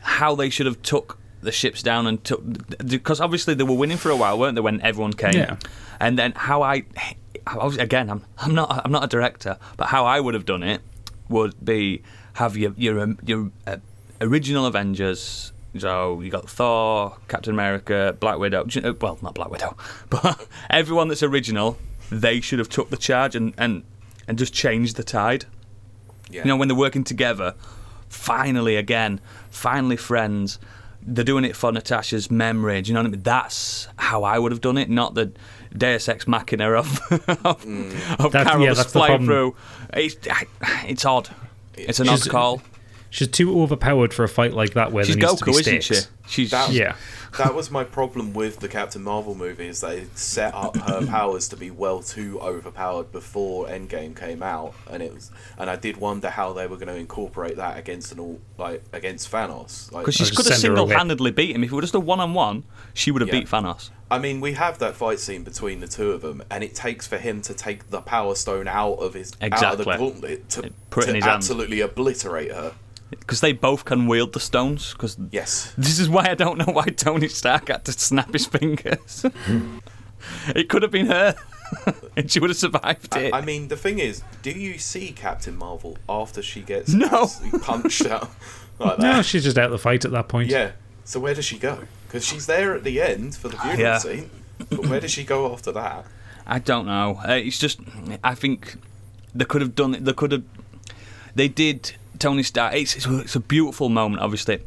[SPEAKER 4] how they should have took the ships down and took because obviously they were winning for a while, weren't they? When everyone came,
[SPEAKER 3] Yeah.
[SPEAKER 4] and then how I, I was- again, I'm I'm not I'm not a director, but how I would have done it would be have your your um, your uh, original Avengers. So you got Thor, Captain America, Black Widow. do you know- Well, not Black Widow, but everyone that's original, they should have took the charge and and and just changed the tide.
[SPEAKER 1] Yeah.
[SPEAKER 4] You know, when they're working together, finally again, finally friends. They're doing it for Natasha's memory. Do you know what I mean? That's how I would have done it, not the Deus Ex Machina of, of,
[SPEAKER 1] Mm.
[SPEAKER 4] of
[SPEAKER 3] That's-
[SPEAKER 4] Carol
[SPEAKER 3] yeah,
[SPEAKER 4] just
[SPEAKER 3] that's the problem.
[SPEAKER 4] flying through. It's, it's odd. It's an
[SPEAKER 3] She's-
[SPEAKER 4] odd call.
[SPEAKER 3] She's too overpowered for a fight like that where
[SPEAKER 4] She's
[SPEAKER 3] there needs to
[SPEAKER 4] Goku,
[SPEAKER 3] be
[SPEAKER 4] isn't
[SPEAKER 3] stakes.
[SPEAKER 4] she? She's
[SPEAKER 1] That-
[SPEAKER 3] Yeah,
[SPEAKER 1] that was my problem with the Captain Marvel movie is they set up her powers to be well too overpowered before Endgame came out, and it was, and I did wonder how they were going to incorporate that against an all like against Thanos. Like,
[SPEAKER 4] because she
[SPEAKER 3] just
[SPEAKER 4] could have
[SPEAKER 3] send her away.
[SPEAKER 4] single-handedly beat him. If it were just a one-on-one, she would have
[SPEAKER 1] Yeah.
[SPEAKER 4] beat Thanos.
[SPEAKER 1] I mean, we have that fight scene between the two of them, and it takes for him to take the Power Stone out of his out of the
[SPEAKER 4] Exactly.
[SPEAKER 1] gauntlet to,
[SPEAKER 4] Put it in
[SPEAKER 1] to
[SPEAKER 4] his hand.
[SPEAKER 1] absolutely obliterate her.
[SPEAKER 4] Because they both can wield the stones. Because
[SPEAKER 1] Yes,
[SPEAKER 4] This is why I don't know why Tony Stark had to snap his fingers.
[SPEAKER 1] Hmm.
[SPEAKER 4] it could have been her, and she would have survived
[SPEAKER 1] I,
[SPEAKER 4] it.
[SPEAKER 1] I mean the thing is, do you see Captain Marvel after she gets
[SPEAKER 4] No.
[SPEAKER 1] absolutely punched out like that?
[SPEAKER 3] no, she's just out of the fight at that point.
[SPEAKER 1] Yeah. So where does she go? Because she's there at the end for the funeral
[SPEAKER 4] Yeah.
[SPEAKER 1] scene, but where does she go after that?
[SPEAKER 4] I don't know. Uh, it's just, I think they could have done it. They could have. They did. Tony Stark. It's, it's, a- it's a beautiful moment. Obviously,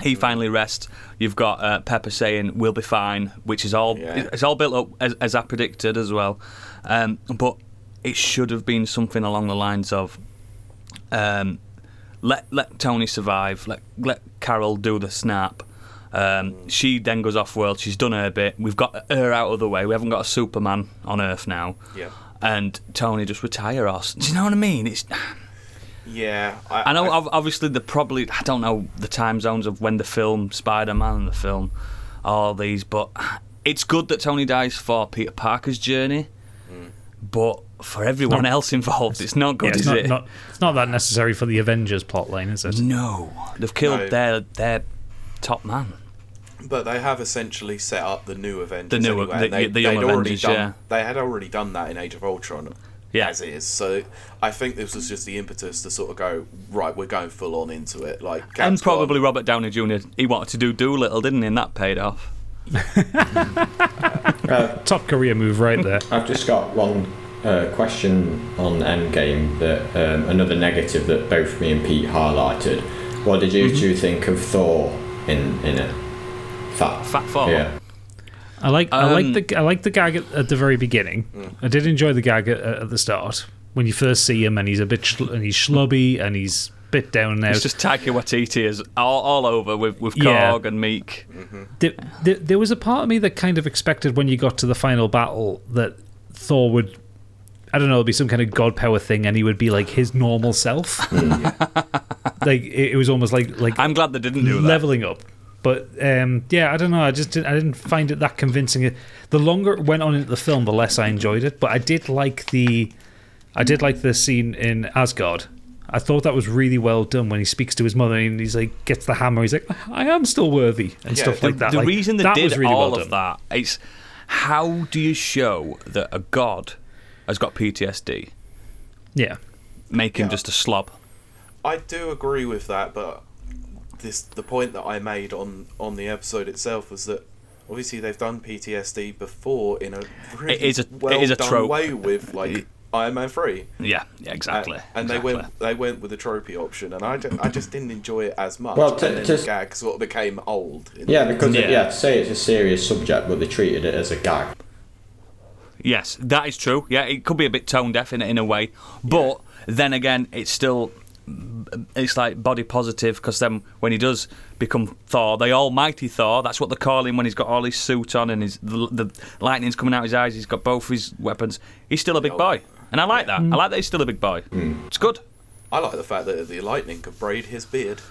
[SPEAKER 4] he finally rests. You've got uh, Pepper saying, "We'll be fine," which is all.
[SPEAKER 1] Yeah.
[SPEAKER 4] It's all built up as, as I predicted as well. Um, but it should have been something along the lines of, um, "Let let Tony survive. Let let Carol do the snap." Um, she then goes off world. She's done her bit. We've got her out of the way. We haven't got a Superman on Earth now.
[SPEAKER 1] Yeah.
[SPEAKER 4] And Tony just retire us. Do you know what I mean? It's
[SPEAKER 1] Yeah,
[SPEAKER 4] I know ob obviously the probably I don't know the time zones of when the film Spider Man and the film all these, but it's good that Tony dies for Peter Parker's journey, but for everyone
[SPEAKER 3] not-
[SPEAKER 4] else involved, it's not
[SPEAKER 3] Yeah,
[SPEAKER 4] good,
[SPEAKER 3] it's
[SPEAKER 4] is
[SPEAKER 3] not,
[SPEAKER 4] it?
[SPEAKER 3] not it's not that necessary for the Avengers plotline, is it?
[SPEAKER 4] no, they've killed
[SPEAKER 1] No.
[SPEAKER 4] their their top man.
[SPEAKER 1] but they have essentially set up the new Avengers.
[SPEAKER 4] The new-
[SPEAKER 1] anyway,
[SPEAKER 4] the-
[SPEAKER 1] and they,
[SPEAKER 4] the young
[SPEAKER 1] they'd already
[SPEAKER 4] Avengers,
[SPEAKER 1] done,
[SPEAKER 4] yeah.
[SPEAKER 1] They had already done that in Age of Ultron.
[SPEAKER 4] Yeah.
[SPEAKER 1] As is, so I think this was just the impetus to sort of go right. We're going full on into it, like
[SPEAKER 4] and
[SPEAKER 1] Cap's gone.
[SPEAKER 4] probably Robert Downey Jr. He wanted to do Doolittle, didn't he? And that paid off.
[SPEAKER 2] Uh,
[SPEAKER 3] Top career move right there.
[SPEAKER 2] I've just got one uh, question on Endgame that um, another negative that both me and Pete highlighted. What did
[SPEAKER 4] Mm-hmm.
[SPEAKER 2] you two think of Thor in in it? Fat,
[SPEAKER 4] Fat Thor?
[SPEAKER 2] Yeah.
[SPEAKER 3] I like I
[SPEAKER 4] Um, Mm.
[SPEAKER 3] like the I like the gag at, at the very beginning. I did enjoy the gag at, at the start when you first see him and he's a bit schl- and he's schlubby and he's bit down now.
[SPEAKER 4] It's just Taika Waititi is all, all over with with
[SPEAKER 3] Yeah.
[SPEAKER 4] Korg and Meek.
[SPEAKER 3] there, there, there was a part of me that kind of expected when you got to the final battle that Thor would, I don't know, it'd be some kind of god power thing, and he would be like his normal self. like it, it was almost like like
[SPEAKER 4] I'm glad they didn't do that.
[SPEAKER 3] leveling up. But um, yeah, I don't know. I just didn't, I didn't find it that convincing. The longer it went on into the film, the less I enjoyed it. But I did like the, I did like the scene in Asgard. I thought that was really well done when he speaks to his mother and he's like gets the hammer. He's like, I am still worthy and
[SPEAKER 1] Yeah,
[SPEAKER 3] stuff
[SPEAKER 1] the-
[SPEAKER 3] like that.
[SPEAKER 4] The
[SPEAKER 3] Like,
[SPEAKER 4] reason they
[SPEAKER 3] that
[SPEAKER 4] did
[SPEAKER 3] was really
[SPEAKER 4] all
[SPEAKER 3] well
[SPEAKER 4] of
[SPEAKER 3] done.
[SPEAKER 4] that is how do you show that a god has got PTSD?
[SPEAKER 3] Yeah,
[SPEAKER 4] Make him
[SPEAKER 1] Yeah.
[SPEAKER 4] just a slob.
[SPEAKER 1] I do agree with that, but this the point that I made on on the episode itself was that obviously they've done PTSD before in a really
[SPEAKER 4] It is a- it
[SPEAKER 1] well
[SPEAKER 4] is a
[SPEAKER 1] done
[SPEAKER 4] trope.
[SPEAKER 1] way with like Iron Man three.
[SPEAKER 4] Yeah, yeah, exactly.
[SPEAKER 1] Uh, and
[SPEAKER 4] exactly.
[SPEAKER 1] they went they went with the trophy option, and I, ju- I just didn't enjoy it as much.
[SPEAKER 2] Well, to-
[SPEAKER 1] and then
[SPEAKER 2] to-
[SPEAKER 1] the gag sort of became old. in
[SPEAKER 2] Yeah, because
[SPEAKER 4] Yeah.
[SPEAKER 2] yeah. to say it's a serious subject, but they treated it as a gag.
[SPEAKER 4] Yes, that is true. Yeah, it could be a bit tone deaf in in a way, but then again, it's still it's like body positive because then when he does become Thor, the Almighty Thor, that's what they call him when he's got all his suit on and his the, the lightning's coming out his eyes. He's got both his weapons. He's still a big boy, and I like that. I like that he's still a big boy. It's good.
[SPEAKER 1] I like the fact that the lightning could braid his beard.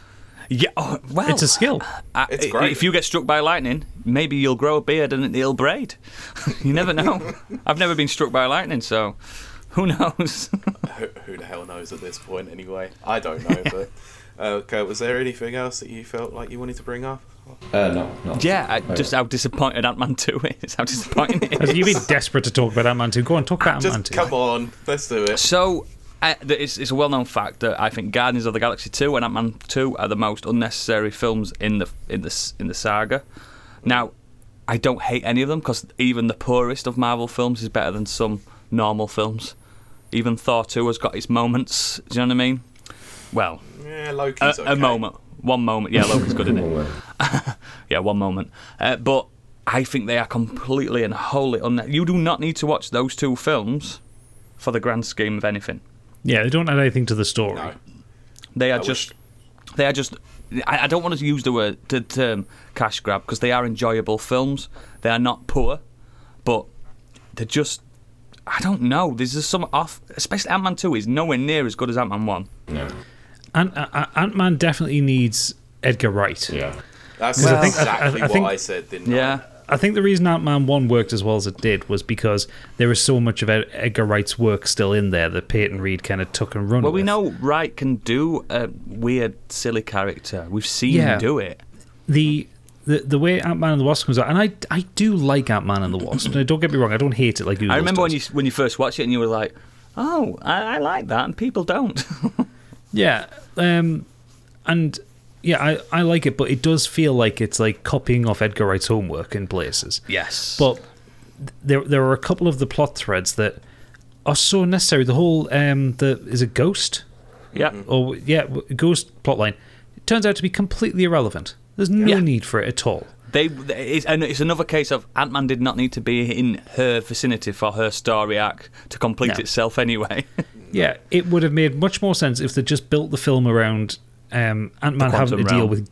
[SPEAKER 4] Yeah, oh, well,
[SPEAKER 3] It's a skill.
[SPEAKER 4] I-
[SPEAKER 1] It's
[SPEAKER 4] i-
[SPEAKER 1] great.
[SPEAKER 4] If you get struck by lightning, maybe you'll grow a beard and it'll braid. you never know. I've never been struck by lightning, so who knows?
[SPEAKER 1] Who, who the hell knows at this point, anyway? I don't know. but uh, okay, was there anything else that you felt like you wanted to bring up?
[SPEAKER 2] Uh, no, no.
[SPEAKER 4] yeah, I,
[SPEAKER 2] Oh,
[SPEAKER 4] just how disappointed Ant Man 2 is. How disappointing it is.
[SPEAKER 3] You'd be desperate to talk about Ant Man 2. Go on, talk about Ant Man
[SPEAKER 1] Just
[SPEAKER 3] 2.
[SPEAKER 1] come on, let's do it.
[SPEAKER 4] So, I, th- it's, it's a well known fact that I think Guardians of the Galaxy 2 and Ant Man 2 are the most unnecessary films in the, in the, s- in the saga. Now, I don't hate any of them because even the poorest of Marvel films is better than some normal films. Even Thor 2 has got its moments. Do you know what I mean? Well,
[SPEAKER 1] Yeah, Loki's
[SPEAKER 4] a,
[SPEAKER 1] okay.
[SPEAKER 4] a moment. One moment. Yeah, Loki's good in it.
[SPEAKER 2] well,
[SPEAKER 4] yeah, one moment. Uh, but I think they are completely and wholly unne You do not need to watch those two films for the grand scheme of anything.
[SPEAKER 3] Yeah, they don't add anything to the story.
[SPEAKER 1] No.
[SPEAKER 4] They are
[SPEAKER 1] wish-
[SPEAKER 4] just. They are just. I, I don't want to use the word the term cash grab because they are enjoyable films. They are not poor, but they're just. I don't know. There's just some off. Especially Ant Man Two is nowhere near as good as Ant Man One.
[SPEAKER 2] no.
[SPEAKER 3] Ant Ant Man definitely needs Edgar Wright.
[SPEAKER 2] Yeah.
[SPEAKER 1] That's
[SPEAKER 3] Well, I think- I-
[SPEAKER 1] exactly
[SPEAKER 3] I- I think-
[SPEAKER 1] what I said. Didn't
[SPEAKER 4] Yeah.
[SPEAKER 3] I think the reason Ant Man 1 worked as well as it did was because there is so much of Ed- Edgar Wright's work still in there that Peyton Reed kind of took and run
[SPEAKER 4] Well, we
[SPEAKER 3] with.
[SPEAKER 4] know Wright can do a weird, silly character. We've seen
[SPEAKER 3] Yeah.
[SPEAKER 4] him do it.
[SPEAKER 3] the the, the way Ant Man and the Wasp comes out, and I, I do like Ant Man and the Wasp. No, don't get me wrong, I don't hate it like you.
[SPEAKER 4] I remember when you when you first watched it and you were like, "Oh, I, I like that," and people don't.
[SPEAKER 3] Yeah, um, and yeah, I, I like it, but it does feel like it's like copying off Edgar Wright's homework in places.
[SPEAKER 4] yes,
[SPEAKER 3] But there there are a couple of the plot threads that are so necessary. The whole um, the is a ghost
[SPEAKER 4] yeah,
[SPEAKER 3] or yeah w- ghost plotline it turns out to be completely irrelevant. There's no
[SPEAKER 4] Yeah.
[SPEAKER 3] need for it at all.
[SPEAKER 4] they it's, and it's another case of Ant Man did not need to be in her vicinity for her story arc to complete
[SPEAKER 3] No.
[SPEAKER 4] itself anyway.
[SPEAKER 3] Yeah, it would have made much more sense if they just built the film around um, Ant Man having to
[SPEAKER 4] quantum
[SPEAKER 3] deal
[SPEAKER 4] realm.
[SPEAKER 3] with,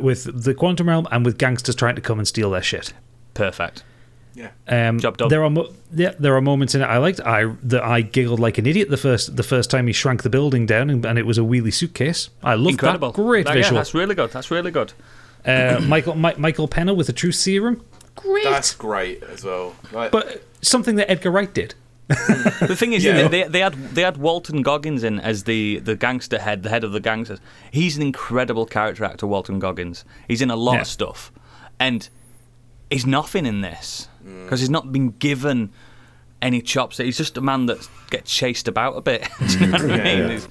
[SPEAKER 3] with with the quantum realm and with gangsters trying to come and steal their shit.
[SPEAKER 4] Perfect.
[SPEAKER 1] I? Yeah.
[SPEAKER 3] Um,
[SPEAKER 4] Job done.
[SPEAKER 3] There are mo- yeah, there are moments in it I liked. I that I giggled like an idiot the first the first time he shrank the building down and, and it was a wheelie suitcase. I loved
[SPEAKER 4] Incredible.
[SPEAKER 3] that. Great
[SPEAKER 4] That- yeah,
[SPEAKER 3] visual.
[SPEAKER 4] that's really good. That's really good.
[SPEAKER 3] uh, Michael Mi- Michael Penner with the truth serum. Great,
[SPEAKER 1] That's great as well. Like,
[SPEAKER 3] but something that Edgar Wright did.
[SPEAKER 4] The thing is,
[SPEAKER 1] Yeah.
[SPEAKER 4] they, they, they had they had Walton Goggins in as the, the gangster head, the head of the gangsters. He's an incredible character actor, Walton Goggins. He's in a lot
[SPEAKER 3] Yeah.
[SPEAKER 4] of stuff, and he's nothing in this
[SPEAKER 2] Mm.
[SPEAKER 4] because he's not been given any chops. He's just a man that gets chased about a bit. Do you know what I mean?
[SPEAKER 2] Mm. yeah.
[SPEAKER 4] He's-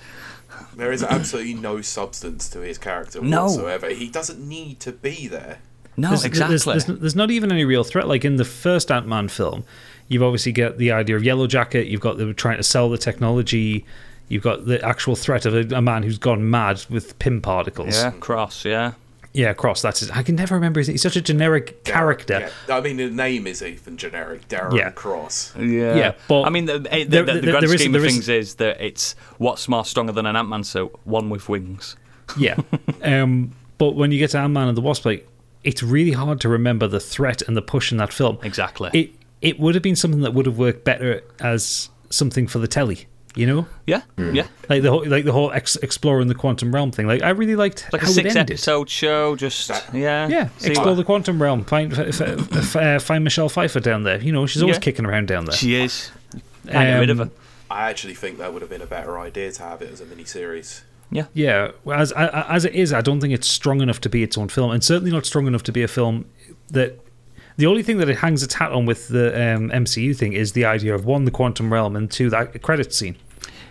[SPEAKER 1] there is absolutely no substance to his character
[SPEAKER 4] No.
[SPEAKER 1] whatsoever. He doesn't need to be there.
[SPEAKER 4] No,
[SPEAKER 3] Oh, There's-
[SPEAKER 4] exactly.
[SPEAKER 3] There's, there's, there's not even any real threat. Like in the first Ant Man film, you've obviously got the idea of Yellow Jacket. You've got them trying to sell the technology. You've got the actual threat of a, a man who's gone mad with pim particles.
[SPEAKER 4] yeah, cross. Yeah,
[SPEAKER 3] yeah. Cross. That's his. I can never remember his. He's such a generic character.
[SPEAKER 1] Yeah. I mean, the name is even generic. Darren
[SPEAKER 3] Yeah.
[SPEAKER 1] Cross.
[SPEAKER 4] yeah.
[SPEAKER 3] Yeah, but
[SPEAKER 4] I mean, the, eh, the,
[SPEAKER 3] there-
[SPEAKER 4] the, the
[SPEAKER 3] there-
[SPEAKER 4] grand
[SPEAKER 3] there is-
[SPEAKER 4] scheme of
[SPEAKER 3] there is-
[SPEAKER 4] things is that it's what's more stronger than an Ant Man suit? One with wings.
[SPEAKER 3] Yeah. um, but when you get to Ant Man and the Wasp, like it's really hard to remember the threat and the push in that film.
[SPEAKER 4] Exactly.
[SPEAKER 3] It it would have been something that would have worked better as something for the telly. You know.
[SPEAKER 4] Yeah,
[SPEAKER 1] Hmm.
[SPEAKER 4] yeah.
[SPEAKER 3] like the whole like the whole ex- exploring the quantum realm thing. Like I really liked
[SPEAKER 4] like a
[SPEAKER 3] how it
[SPEAKER 4] six
[SPEAKER 3] ended.
[SPEAKER 4] episode show. Just
[SPEAKER 1] That-
[SPEAKER 4] yeah,
[SPEAKER 3] Yeah,
[SPEAKER 4] See
[SPEAKER 3] explore the
[SPEAKER 4] what-
[SPEAKER 3] quantum realm. Find f- f- f- uh, find Michelle Pfeiffer down there. You know she's always
[SPEAKER 4] Yeah.
[SPEAKER 3] kicking around down there.
[SPEAKER 4] She is. I get rid of
[SPEAKER 3] Um,
[SPEAKER 4] her.
[SPEAKER 1] I actually think that would have been a better idea to have it as a miniseries.
[SPEAKER 4] Yeah,
[SPEAKER 3] Yeah, well, as I- I- as it is, I don't think it's strong enough to be its own film, and certainly not strong enough to be a film that. The only thing that it hangs its hat on with the um, MCU thing is the idea of one, the quantum realm, and two, that credit scene.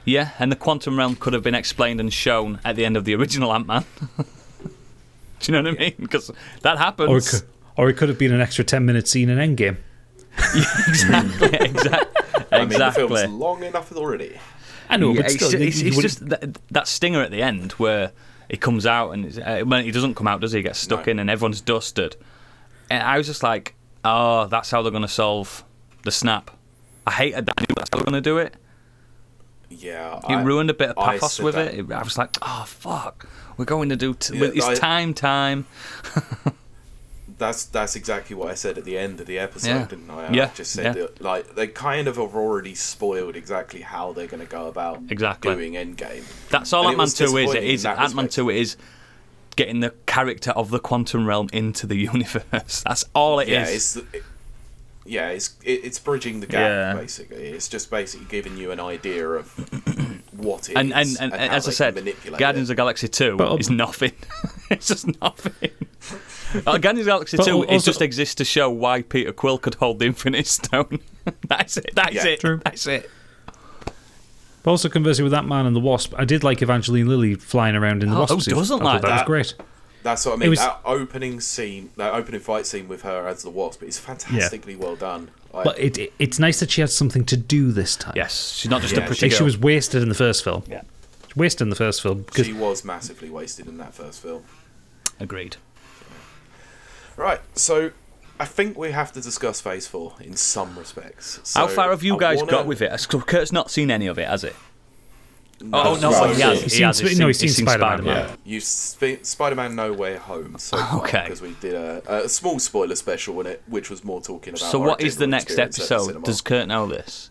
[SPEAKER 4] yeah. And the quantum realm could have been explained and shown at the end of the original Ant Man. Do you know what I mean? Because that happens.
[SPEAKER 3] Or it, could, or it could have been an extra 10 minute scene in Endgame.
[SPEAKER 4] exactly. exactly.
[SPEAKER 1] I mean, the
[SPEAKER 4] exactly.
[SPEAKER 1] film's long enough already.
[SPEAKER 3] I know,
[SPEAKER 4] Yeah,
[SPEAKER 3] but
[SPEAKER 4] it's
[SPEAKER 3] still,
[SPEAKER 4] just,
[SPEAKER 3] you-
[SPEAKER 4] it's,
[SPEAKER 3] you
[SPEAKER 4] it's
[SPEAKER 3] wouldn't-
[SPEAKER 4] just that, that stinger at the end where it comes out and it's, uh, well, he doesn't come out, does he? He gets stuck
[SPEAKER 1] No.
[SPEAKER 4] in and everyone's dusted. And I was just like, oh, that's how they're going to solve the snap. I hated that. I knew that's how they're going to do it.
[SPEAKER 1] Yeah,
[SPEAKER 4] It ruined a bit of
[SPEAKER 1] I
[SPEAKER 4] pathos
[SPEAKER 1] said
[SPEAKER 4] with
[SPEAKER 1] that.
[SPEAKER 4] it. It- I was like, oh, fuck. We're going to do. T-
[SPEAKER 1] Yeah,
[SPEAKER 4] it's
[SPEAKER 1] I-
[SPEAKER 4] time, time.
[SPEAKER 1] That's that's exactly what I said at the end of the episode,
[SPEAKER 4] Yeah.
[SPEAKER 1] didn't I?
[SPEAKER 4] Yeah,
[SPEAKER 1] I just said
[SPEAKER 4] yeah.
[SPEAKER 1] that like they kind of have already spoiled exactly how they're going to go about
[SPEAKER 4] Exactly.
[SPEAKER 1] doing Endgame.
[SPEAKER 4] That's all
[SPEAKER 1] And it
[SPEAKER 4] Ant Man
[SPEAKER 1] was
[SPEAKER 4] 2 is. It
[SPEAKER 1] disappointing
[SPEAKER 4] is
[SPEAKER 1] in that
[SPEAKER 4] Ant Man
[SPEAKER 1] respect.
[SPEAKER 4] 2 is getting the character of the quantum realm into the universe. That's all it is.
[SPEAKER 1] yeah, it's the- it- yeah, it's it, it's bridging the gap
[SPEAKER 4] Yeah.
[SPEAKER 1] basically. It's just basically giving you an idea of what it
[SPEAKER 4] and and,
[SPEAKER 1] is
[SPEAKER 4] and,
[SPEAKER 1] how
[SPEAKER 4] as I
[SPEAKER 1] they can
[SPEAKER 4] said,
[SPEAKER 1] manipulate
[SPEAKER 4] Guardians
[SPEAKER 1] it.
[SPEAKER 4] of the Galaxy Two
[SPEAKER 3] But- um,
[SPEAKER 4] is nothing. it's just nothing. Uh, Guardians of the Galaxy
[SPEAKER 3] But
[SPEAKER 4] Two it
[SPEAKER 3] also-
[SPEAKER 4] just exists to show why Peter Quill could hold the Infinite Stone. that's it. That's
[SPEAKER 1] Yeah.
[SPEAKER 4] it.
[SPEAKER 3] True.
[SPEAKER 4] That's it.
[SPEAKER 3] But also conversing with that man and the wasp, I did like Evangeline Lilly flying around in the
[SPEAKER 4] Oh,
[SPEAKER 3] wasp
[SPEAKER 4] who
[SPEAKER 3] suit.
[SPEAKER 4] doesn't
[SPEAKER 3] I thought
[SPEAKER 4] like
[SPEAKER 3] that?
[SPEAKER 1] that?
[SPEAKER 3] was great.
[SPEAKER 1] That's what I mean.
[SPEAKER 3] was-
[SPEAKER 1] That opening scene, that opening fight scene with her as the wasp, is fantastically well done. Like,
[SPEAKER 3] But it, it- it's nice that she had something to do this time.
[SPEAKER 4] Yes, she's not just
[SPEAKER 1] Yeah,
[SPEAKER 4] a
[SPEAKER 1] she-
[SPEAKER 4] pretty
[SPEAKER 3] Like she
[SPEAKER 4] girl.
[SPEAKER 3] was wasted in the first film.
[SPEAKER 4] Yeah.
[SPEAKER 3] Wasted in the first film because
[SPEAKER 1] she was massively wasted in that first film.
[SPEAKER 4] Agreed.
[SPEAKER 1] Right, so I think we have to discuss Phase Four in some respects. So
[SPEAKER 4] How far have you
[SPEAKER 1] I
[SPEAKER 4] guys
[SPEAKER 1] wanna-
[SPEAKER 4] got with it? As- Kurt's not seen any of it, has he? Oh no,
[SPEAKER 2] Right.
[SPEAKER 4] he
[SPEAKER 2] He's
[SPEAKER 4] has. He
[SPEAKER 3] seen
[SPEAKER 4] has.
[SPEAKER 3] Sp- no, he's seen Spider-Man.
[SPEAKER 2] Yeah.
[SPEAKER 1] You've sp- Spider-Man: No Way Home so far
[SPEAKER 4] Okay.
[SPEAKER 1] because we did a, a small spoiler special in it, which was more talking about.
[SPEAKER 4] So
[SPEAKER 1] our
[SPEAKER 4] what is the
[SPEAKER 1] general
[SPEAKER 4] next
[SPEAKER 1] experience at the
[SPEAKER 4] episode?
[SPEAKER 1] cinema.
[SPEAKER 4] Does Kurt know this?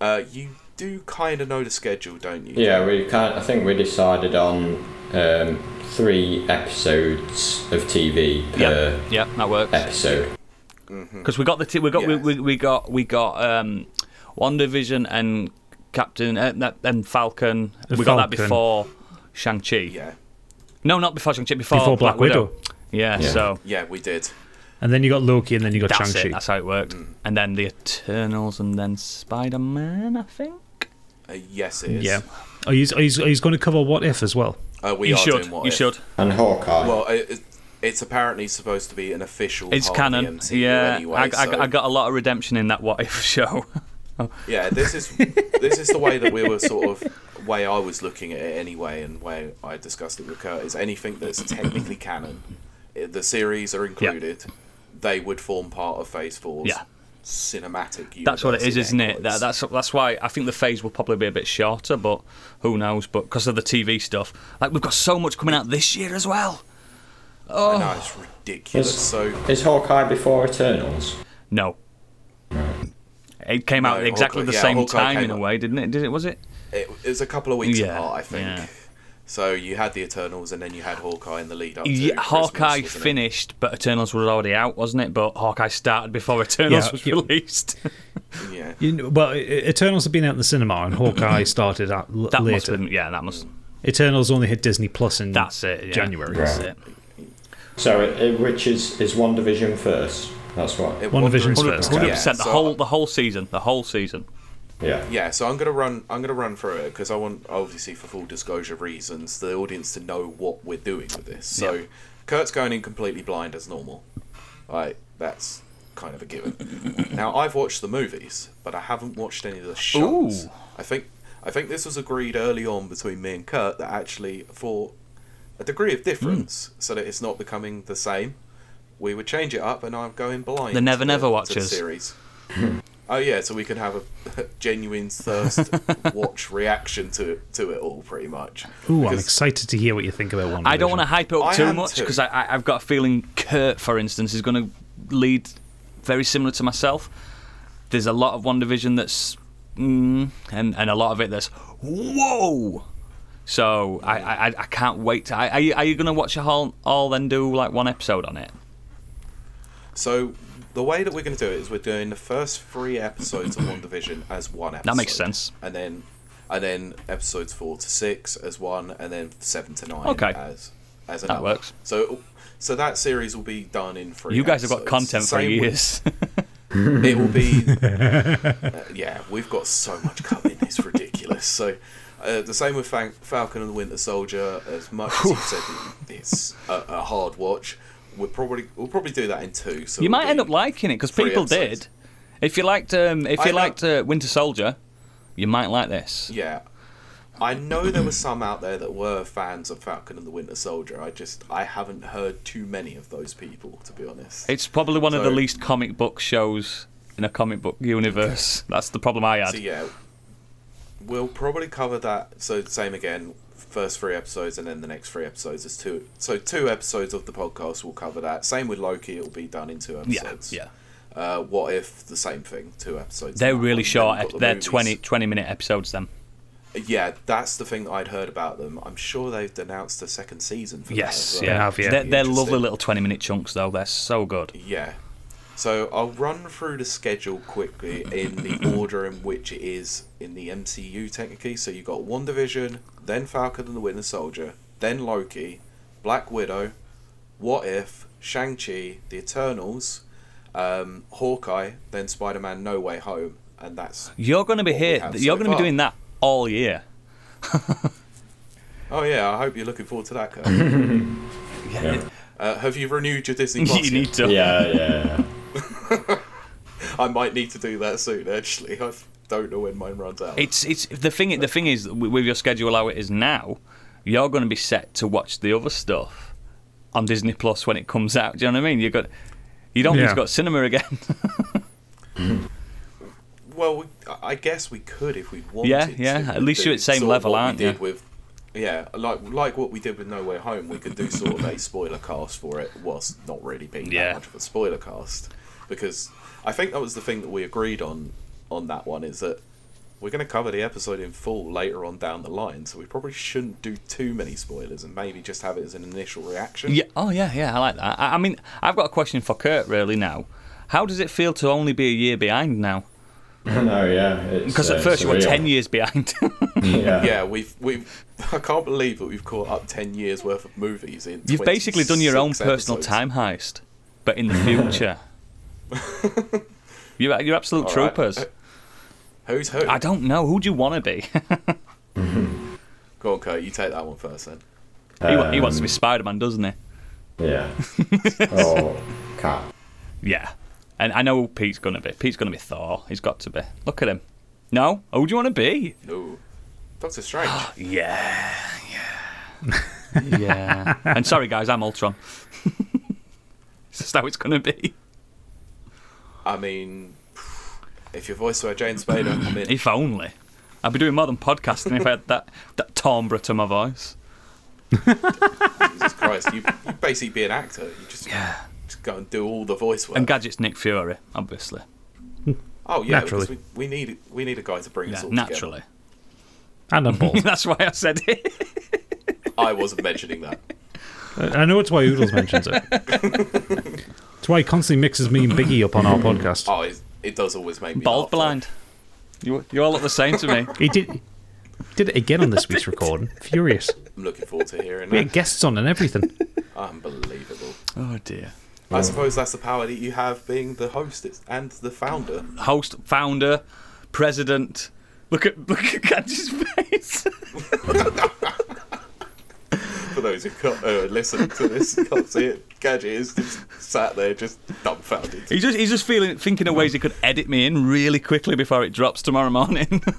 [SPEAKER 1] uh, you do kind of know the schedule, don't you?
[SPEAKER 2] Yeah, we kind. I think we decided on um, three episodes of TV per
[SPEAKER 4] Yeah. Yeah, that works.
[SPEAKER 2] episode.
[SPEAKER 4] because we got the t- we got
[SPEAKER 1] Yeah.
[SPEAKER 4] we, we, we got we got um WandaVision and Captain uh, that- and Falcon.
[SPEAKER 3] The
[SPEAKER 4] we got that
[SPEAKER 3] Falcon.
[SPEAKER 4] before Shang Chi.
[SPEAKER 1] yeah,
[SPEAKER 4] No, not before Shang Chi. Before,
[SPEAKER 3] Before Black Widow.
[SPEAKER 4] Yeah,
[SPEAKER 2] Yeah.
[SPEAKER 4] So
[SPEAKER 1] yeah, we did.
[SPEAKER 3] and then you got Loki and then you got
[SPEAKER 4] that's it.
[SPEAKER 3] Shang Chi.
[SPEAKER 4] That's how it worked.
[SPEAKER 1] Mm.
[SPEAKER 4] And then the Eternals and then Spider Man. I think.
[SPEAKER 1] Uh, yes, it is.
[SPEAKER 3] Yeah. Are you, are you, are you going to cover What If as well?
[SPEAKER 1] uh, we
[SPEAKER 4] you
[SPEAKER 1] are
[SPEAKER 4] should.
[SPEAKER 1] doing what
[SPEAKER 4] You
[SPEAKER 1] if.
[SPEAKER 4] should.
[SPEAKER 2] And Hawkeye.
[SPEAKER 1] Well, it, it- it's apparently supposed to be an official.
[SPEAKER 4] It's
[SPEAKER 1] part
[SPEAKER 4] canon.
[SPEAKER 1] Of the MCU
[SPEAKER 4] yeah.
[SPEAKER 1] anyway,
[SPEAKER 4] I,
[SPEAKER 1] so-
[SPEAKER 4] I, I got a lot of redemption in that What If show.
[SPEAKER 1] Yeah, this is this is the way that we were sort of way I was looking at it anyway, and way I discussed it with Kurt is anything that's technically canon, i- the series are included. They would form part of Phase Four's
[SPEAKER 4] Yeah.
[SPEAKER 1] cinematic. Universe
[SPEAKER 4] That's what it is,
[SPEAKER 1] in
[SPEAKER 4] isn't
[SPEAKER 1] air
[SPEAKER 4] it? That,
[SPEAKER 1] quotes.
[SPEAKER 4] that's that's why I think the phase will probably be a bit shorter, but who knows? But because of the TV stuff, like we've got so much coming out this year as well.
[SPEAKER 1] I know, it's ridiculous.
[SPEAKER 2] Yes.
[SPEAKER 1] So
[SPEAKER 2] Is Hawkeye before Eternals?
[SPEAKER 4] No, it came out
[SPEAKER 1] No,
[SPEAKER 4] exactly
[SPEAKER 1] Hawkeye-
[SPEAKER 4] the
[SPEAKER 1] yeah,
[SPEAKER 4] same
[SPEAKER 1] Hawkeye
[SPEAKER 4] time
[SPEAKER 1] came
[SPEAKER 4] in a
[SPEAKER 1] out-
[SPEAKER 4] way, didn't it? Did it? Was it?
[SPEAKER 1] it, it was a couple of weeks
[SPEAKER 4] Yeah,
[SPEAKER 1] apart, I think.
[SPEAKER 4] yeah.
[SPEAKER 1] So you had the Eternals, and then you had Hawkeye in the lead up. To
[SPEAKER 4] Yeah,
[SPEAKER 1] Christmas,
[SPEAKER 4] Hawkeye
[SPEAKER 1] wasn't it?
[SPEAKER 4] finished, but Eternals was already out, wasn't it? But Hawkeye started before Eternals
[SPEAKER 3] Yeah,
[SPEAKER 4] was
[SPEAKER 3] yeah.
[SPEAKER 4] released.
[SPEAKER 1] Yeah,
[SPEAKER 3] You know, well, E- Eternals have been out in the cinema and Hawkeye started out l-
[SPEAKER 4] that must
[SPEAKER 3] later.
[SPEAKER 4] have been, yeah, that must.
[SPEAKER 3] Eternals only hit Disney Plus in
[SPEAKER 4] That's it. Yeah.
[SPEAKER 3] January.
[SPEAKER 2] Right.
[SPEAKER 4] That's it.
[SPEAKER 2] So, it, it- which is is one division first? That's what.
[SPEAKER 1] It-
[SPEAKER 3] WandaVision's
[SPEAKER 1] Wonder-
[SPEAKER 3] first.
[SPEAKER 4] Hundred
[SPEAKER 1] Yeah,
[SPEAKER 4] percent. The
[SPEAKER 1] so-
[SPEAKER 4] whole the whole season. The whole season.
[SPEAKER 2] yeah.
[SPEAKER 1] Yeah, so I'm gonna run. I'm gonna run through it because I want, obviously, for full disclosure reasons, the audience to know what we're doing with this. So,
[SPEAKER 4] Yeah.
[SPEAKER 1] Kurt's going in completely blind as normal. Like that's kind of a given. now, I've watched the movies, but I haven't watched any of the shows.
[SPEAKER 4] Ooh.
[SPEAKER 1] I think I think this was agreed early on between me and Kurt that actually, for a degree of difference,
[SPEAKER 4] Hmm.
[SPEAKER 1] so that it's not becoming the same, we would change it up, and I'm going blind.
[SPEAKER 4] The Never
[SPEAKER 1] to
[SPEAKER 4] Never
[SPEAKER 1] to
[SPEAKER 4] Watchers.
[SPEAKER 1] series. Oh yeah, so we can have a genuine thirst watch reaction to to it all, pretty much.
[SPEAKER 3] Ooh, I'm
[SPEAKER 1] Because-
[SPEAKER 3] excited to hear what you think about one.
[SPEAKER 4] I don't want to hype it up
[SPEAKER 1] I
[SPEAKER 4] too
[SPEAKER 1] am
[SPEAKER 4] much
[SPEAKER 1] too.
[SPEAKER 4] because I, I, I've got a feeling Kurt, for instance, is going to lead very similar to myself. There's a lot of One Division that's, mm, and and a lot of it that's whoa. So I I, I I can't wait. To, I, are you, are you going to watch a whole all then do like one episode on it?
[SPEAKER 1] So the way that we're going to do it is we're doing the first three episodes of One Division as one episode.
[SPEAKER 4] That makes sense.
[SPEAKER 1] And then and then episodes four to six as one, and then seven to nine
[SPEAKER 4] Okay.
[SPEAKER 1] as as
[SPEAKER 4] That
[SPEAKER 1] another.
[SPEAKER 4] works.
[SPEAKER 1] So so that series will be done in three.
[SPEAKER 4] You guys have got
[SPEAKER 1] episodes.
[SPEAKER 4] content for
[SPEAKER 1] Same with-
[SPEAKER 4] years.
[SPEAKER 1] it will be uh, yeah we've got so much coming it's ridiculous so Uh, the same with Fan- Falcon and the Winter Soldier. As much as you said, that it's a, a hard watch. We'll probably we'll probably do that in two. So
[SPEAKER 4] You
[SPEAKER 1] it'll
[SPEAKER 4] might end
[SPEAKER 1] be-
[SPEAKER 4] up liking it because
[SPEAKER 1] three
[SPEAKER 4] people
[SPEAKER 1] episodes.
[SPEAKER 4] did. If you liked, um, if
[SPEAKER 1] I
[SPEAKER 4] you
[SPEAKER 1] know.
[SPEAKER 4] liked uh, Winter Soldier, you might like this.
[SPEAKER 1] Yeah. I know there were some out there that were fans of Falcon and the Winter Soldier. I just I haven't heard too many of those people, to be honest.
[SPEAKER 4] It's probably one of the
[SPEAKER 1] So-
[SPEAKER 4] least comic book shows in a comic book universe. That's the problem I had.
[SPEAKER 1] So yeah, we'll probably cover that. So same again, first three episodes, and then the next three episodes is two. So two episodes of the podcast will cover that. Same with Loki, it'll be done in two
[SPEAKER 4] yeah,
[SPEAKER 1] episodes.
[SPEAKER 4] yeah.
[SPEAKER 1] Uh, what if the same thing? Two episodes.
[SPEAKER 4] They're
[SPEAKER 1] That
[SPEAKER 4] really
[SPEAKER 1] one. Then we've
[SPEAKER 4] short. ep-
[SPEAKER 1] got the
[SPEAKER 4] they're
[SPEAKER 1] movies.
[SPEAKER 4] 20, 20 minute episodes. Then
[SPEAKER 1] Yeah, that's the thing that I'd heard about them. I'm sure they've announced a second season. for that
[SPEAKER 4] yes,
[SPEAKER 1] as well.
[SPEAKER 3] They
[SPEAKER 4] yeah,
[SPEAKER 3] have, yeah.
[SPEAKER 4] they're, they're lovely
[SPEAKER 1] Interesting.
[SPEAKER 4] little twenty minute chunks though. They're so good.
[SPEAKER 1] Yeah. So I'll run through the schedule quickly in the order in which it is in the MCU technically. So you've got WandaVision, then Falcon and the Winter Soldier, then Loki, Black Widow, What If, Shang-Chi, The Eternals, um, Hawkeye, then Spider-Man No Way Home, and that's
[SPEAKER 4] You're going to be
[SPEAKER 1] What we
[SPEAKER 4] here.
[SPEAKER 1] have
[SPEAKER 4] You're
[SPEAKER 1] so
[SPEAKER 4] going to be
[SPEAKER 1] far.
[SPEAKER 4] doing that all year.
[SPEAKER 1] Oh yeah, I hope you're looking forward to that, Kurt.
[SPEAKER 2] Yeah,
[SPEAKER 1] uh, have you renewed your Disney Plus?
[SPEAKER 4] you
[SPEAKER 1] yet?
[SPEAKER 4] need to.
[SPEAKER 2] yeah, yeah.
[SPEAKER 1] I might need to do that soon actually. I don't know when mine runs out.
[SPEAKER 4] It's it's the thing. The thing is, with with your schedule how it is now, you're going to be set to watch the other stuff on Disney Plus when it comes out. Do you know what I mean? You got, you don't.
[SPEAKER 3] Yeah.
[SPEAKER 4] You've got cinema again.
[SPEAKER 1] Well, we, I guess we could if we wanted.
[SPEAKER 4] Yeah, yeah,
[SPEAKER 1] to
[SPEAKER 4] at least
[SPEAKER 1] do
[SPEAKER 4] you're at same
[SPEAKER 1] sort of
[SPEAKER 4] level,
[SPEAKER 1] what we
[SPEAKER 4] aren't
[SPEAKER 1] did
[SPEAKER 4] you?
[SPEAKER 1] With, yeah, like like what we did with No Way Home, we could do sort of a spoiler cast for it, whilst not really being
[SPEAKER 4] Yeah.
[SPEAKER 1] that much of a spoiler cast, because I think that was the thing that we agreed on on that one is that we're going to cover the episode in full later on down the line, so we probably shouldn't do too many spoilers and maybe just have it as an initial reaction.
[SPEAKER 4] Yeah. Oh, yeah, yeah. I like that. I, I mean, I've got a question for Kurt really now. How does it feel to only be a year behind now?
[SPEAKER 2] I know, yeah. uh,
[SPEAKER 4] Because at first you were ten years behind.
[SPEAKER 2] Yeah.
[SPEAKER 1] Yeah, we've we've I can't believe that we've caught up ten years worth of movies in.
[SPEAKER 4] You've basically done your own
[SPEAKER 1] 26
[SPEAKER 4] personal
[SPEAKER 1] episodes.
[SPEAKER 4] time heist, but in the future. you're you're absolute
[SPEAKER 1] All right.
[SPEAKER 4] troopers.
[SPEAKER 1] Who's who?
[SPEAKER 4] I don't know. Who do you want to be?
[SPEAKER 1] Go on, Kurt. You take that one first, then.
[SPEAKER 4] he, wa- he wants to be
[SPEAKER 2] Um,
[SPEAKER 4] Spider Man, doesn't he?
[SPEAKER 2] Yeah. oh, cat.
[SPEAKER 4] Yeah. And I know who Pete's going to be. Pete's going to be Thor. He's got to be. Look at him. No? Who do you want to be?
[SPEAKER 1] No, Doctor Strange.
[SPEAKER 4] Yeah. Yeah. yeah. And sorry, guys, I'm Ultron. it's just how it's going to be.
[SPEAKER 1] I mean, if your voice were Jane Spader, I'm in.
[SPEAKER 4] If only. I'd be doing more than podcasting if I had that, that timbre to my voice.
[SPEAKER 1] Jesus Christ, you you basically be an actor. You just
[SPEAKER 4] Yeah.
[SPEAKER 1] just go and do all the voice work.
[SPEAKER 4] And Gadget's Nick Fury, obviously.
[SPEAKER 1] oh yeah,
[SPEAKER 3] Naturally.
[SPEAKER 1] because we, we need we need a guy to bring
[SPEAKER 4] Yeah,
[SPEAKER 1] us all
[SPEAKER 4] naturally.
[SPEAKER 3] And I'm bald.
[SPEAKER 4] That's why I said it.
[SPEAKER 1] together. I wasn't mentioning that.
[SPEAKER 3] Uh, I I know it's why Oodles mentions it. it's why he constantly mixes me and Biggie up on our podcast.
[SPEAKER 1] Oh, it, it does always make me
[SPEAKER 4] Bald
[SPEAKER 1] laugh, though.
[SPEAKER 4] blind. You, you all look the same to me.
[SPEAKER 3] He did did it again on this week's recording. Furious.
[SPEAKER 1] I'm looking forward to hearing
[SPEAKER 3] We had
[SPEAKER 1] that.
[SPEAKER 3] guests on and everything.
[SPEAKER 1] Unbelievable.
[SPEAKER 4] Oh, dear.
[SPEAKER 1] I suppose that's the power that you have being the host and the founder.
[SPEAKER 4] host, founder, president. Look at look at Gadget's face.
[SPEAKER 1] For those who can't uh, listen to this, can't see it. Gadget is just sat there, just dumbfounded.
[SPEAKER 4] he's just he's just feeling thinking of ways he could edit me in really quickly before it drops tomorrow morning.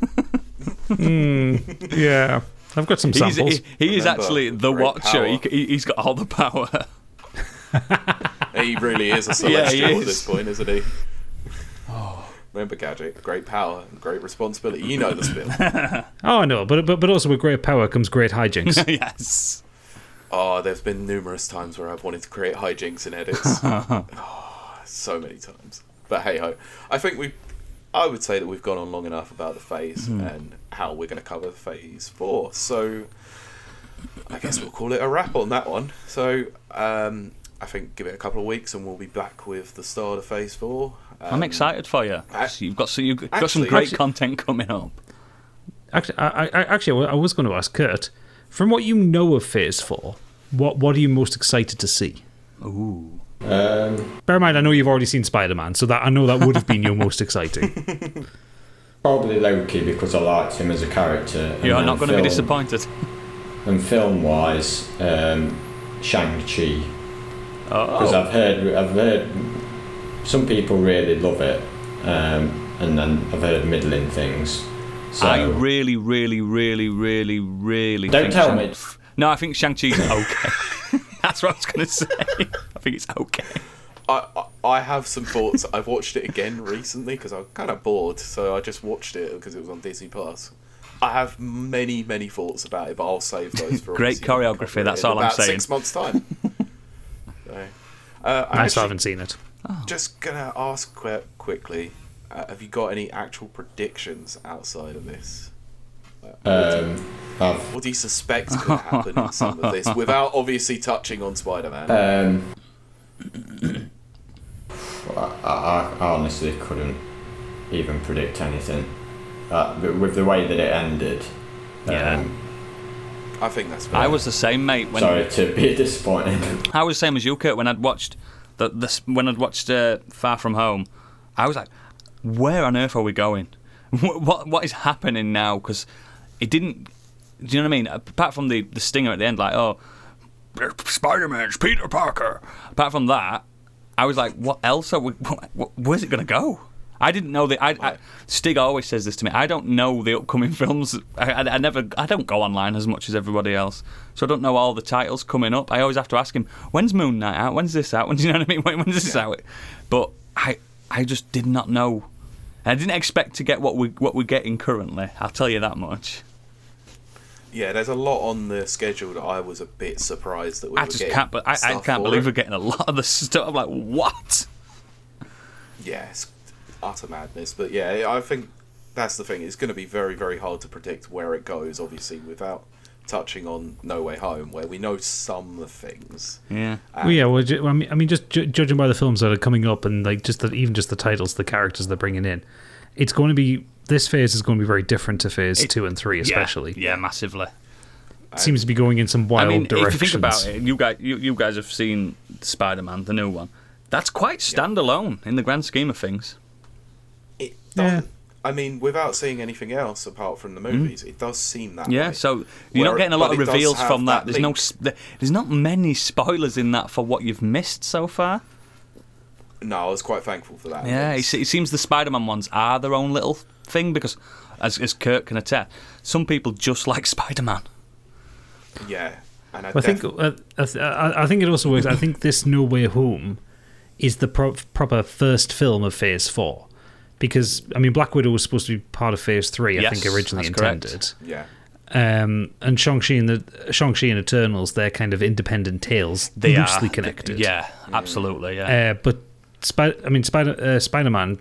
[SPEAKER 3] Yeah. I've got some
[SPEAKER 4] he's,
[SPEAKER 3] samples.
[SPEAKER 4] he, he is
[SPEAKER 1] Remember,
[SPEAKER 4] actually the
[SPEAKER 1] great
[SPEAKER 4] watcher. He,
[SPEAKER 1] power.
[SPEAKER 4] he- he's got all the power.
[SPEAKER 1] He really is Oh. a
[SPEAKER 4] Yeah, he
[SPEAKER 1] celestial
[SPEAKER 4] is.
[SPEAKER 1] at this point, isn't he? Remember, Gadget, great power and great responsibility. You know the spiel.
[SPEAKER 3] Oh, I know, but, but but also with great power comes great hijinks.
[SPEAKER 4] yes.
[SPEAKER 1] oh, there's been numerous times where I've wanted to create hijinks in edits. oh, so many times. But hey ho. I think we. I would say that we've gone on long enough about the phase and how we're going to cover phase four. So I guess we'll call it a wrap on that one. So um, I think give it a couple of weeks and we'll be back with the start of phase four.
[SPEAKER 4] I'm excited for you.
[SPEAKER 1] ac-
[SPEAKER 4] you've got so you've got some
[SPEAKER 1] Um, actually-
[SPEAKER 4] great
[SPEAKER 1] actually-
[SPEAKER 4] content coming up.
[SPEAKER 3] actually, I, I, actually, I was going to ask Kurt. From what you know of Phase Four, what what are you most excited to see?
[SPEAKER 4] Ooh.
[SPEAKER 2] Um,
[SPEAKER 3] Bear in mind, I know you've already seen Spider Man, so that I know that would have been your most exciting.
[SPEAKER 2] Probably Loki because I liked him as a character. and
[SPEAKER 4] You are
[SPEAKER 2] then
[SPEAKER 4] not going to
[SPEAKER 2] film-
[SPEAKER 4] be disappointed.
[SPEAKER 2] And film wise, um, Shang Chi because
[SPEAKER 4] Oh,
[SPEAKER 2] I've heard I've heard some people really love it, um, and then I've heard middling things. So
[SPEAKER 4] I really, really, really, really, really
[SPEAKER 2] Don't
[SPEAKER 4] think
[SPEAKER 2] tell
[SPEAKER 4] Shang-
[SPEAKER 2] me.
[SPEAKER 4] No, I think Shang Chi's okay. That's what I was going to say. I think it's okay.
[SPEAKER 1] I, I I have some thoughts. I've watched it again recently because I'm kind of bored, so I just watched it because it was on Disney Plus. I have many many thoughts about it, but I'll save those for
[SPEAKER 4] Great
[SPEAKER 1] obviously when we
[SPEAKER 4] choreography,
[SPEAKER 1] cover it
[SPEAKER 4] that's
[SPEAKER 1] in
[SPEAKER 4] all I'm
[SPEAKER 1] about
[SPEAKER 4] saying.
[SPEAKER 1] Six months time. so, uh, I'm
[SPEAKER 3] I
[SPEAKER 1] actually
[SPEAKER 3] still haven't seen it.
[SPEAKER 1] just gonna ask qu- quickly: uh, Have you got any actual predictions outside of this?
[SPEAKER 2] um, I've
[SPEAKER 1] What do you suspect could happen in some of this, without obviously touching on Spider-Man?
[SPEAKER 2] um, I, I, I honestly couldn't even predict anything. Uh, but with the way that it ended,
[SPEAKER 4] Yeah.
[SPEAKER 2] um,
[SPEAKER 1] I think that's. Fair.
[SPEAKER 4] I was the same, mate. When
[SPEAKER 2] sorry to be disappointing.
[SPEAKER 4] I was the same as you, Kurt. When I'd watched the, the when I'd watched uh, Far From Home, I was like, "Where on earth are we going? What what, what is happening now?" Because it didn't. Do you know what I mean? Apart from the the stinger at the end, like, "Oh, Spider Man's Peter Parker." Apart from that, I was like, "What else are we? What, what, where's it gonna go?" I didn't know the. I, I, Stig always says this to me. I don't know the upcoming films. I, I, I never. I don't go online as much as everybody else, so I don't know all the titles coming up. I always have to ask him, "When's Moon Knight out? When's this out? When's you know what I mean? When, when's this out?" But I, I just did not know. I didn't expect to get what we what we're getting currently. I'll tell you that much.
[SPEAKER 1] Yeah, there's a lot on the schedule that I was a bit surprised that we
[SPEAKER 4] I
[SPEAKER 1] were
[SPEAKER 4] just
[SPEAKER 1] getting
[SPEAKER 4] can't. But I, I
[SPEAKER 1] stuff
[SPEAKER 4] can't
[SPEAKER 1] for
[SPEAKER 4] believe
[SPEAKER 1] it.
[SPEAKER 4] we're getting a lot of the stuff. I'm like, what?
[SPEAKER 1] yeah, it's utter madness. But yeah, I think that's the thing. It's going to be very, very hard to predict where it goes. Obviously, without touching on No Way Home, where we know some of the things.
[SPEAKER 4] Yeah.
[SPEAKER 3] Well, yeah, well, ju- I mean, I mean, just ju- judging by the films that are coming up, and like just the, even just the titles, the characters they're bringing in, it's going to be this phase is going to be very different to phase two and three, especially.
[SPEAKER 4] Yeah, yeah massively.
[SPEAKER 3] It seems to be going in some wild
[SPEAKER 4] I mean,
[SPEAKER 3] directions.
[SPEAKER 4] if you think about it, you guys, you, you guys have seen Spider-Man, the new one. That's quite standalone in the grand scheme of things.
[SPEAKER 1] It doesn't. I mean, without seeing anything else apart from the movies, it does seem that.
[SPEAKER 4] Mm-hmm. Yeah,
[SPEAKER 1] way.
[SPEAKER 4] so you're
[SPEAKER 1] Where-
[SPEAKER 4] not getting a lot
[SPEAKER 1] but
[SPEAKER 4] of
[SPEAKER 1] it does
[SPEAKER 4] reveals
[SPEAKER 1] have
[SPEAKER 4] from that.
[SPEAKER 1] that
[SPEAKER 4] There's no,
[SPEAKER 1] link.
[SPEAKER 4] s- there- there's not many spoilers in that for what you've missed so far.
[SPEAKER 1] no, I was quite thankful for that.
[SPEAKER 4] Yeah,
[SPEAKER 1] It's-
[SPEAKER 4] it, se- it seems the Spider-Man ones are their own little thing because, as as Kurt can attest, some people just like Spider-Man.
[SPEAKER 1] yeah. And I,
[SPEAKER 3] I think
[SPEAKER 1] def-
[SPEAKER 3] uh, I, th- I I think it also works. I think this No Way Home is the pro- proper first film of Phase Four, because I mean, Black Widow was supposed to be part of Phase Three. I
[SPEAKER 4] Yes,
[SPEAKER 3] think originally
[SPEAKER 4] that's correct.
[SPEAKER 3] intended.
[SPEAKER 1] yeah.
[SPEAKER 3] um, and Shang-Chi and the Shang-Chi and Eternals, they're kind of independent tales,
[SPEAKER 4] They
[SPEAKER 3] loosely
[SPEAKER 4] are
[SPEAKER 3] connected.
[SPEAKER 4] Yeah, absolutely. Yeah.
[SPEAKER 3] Uh, but Spi- I mean, Spider uh, Spider-Man.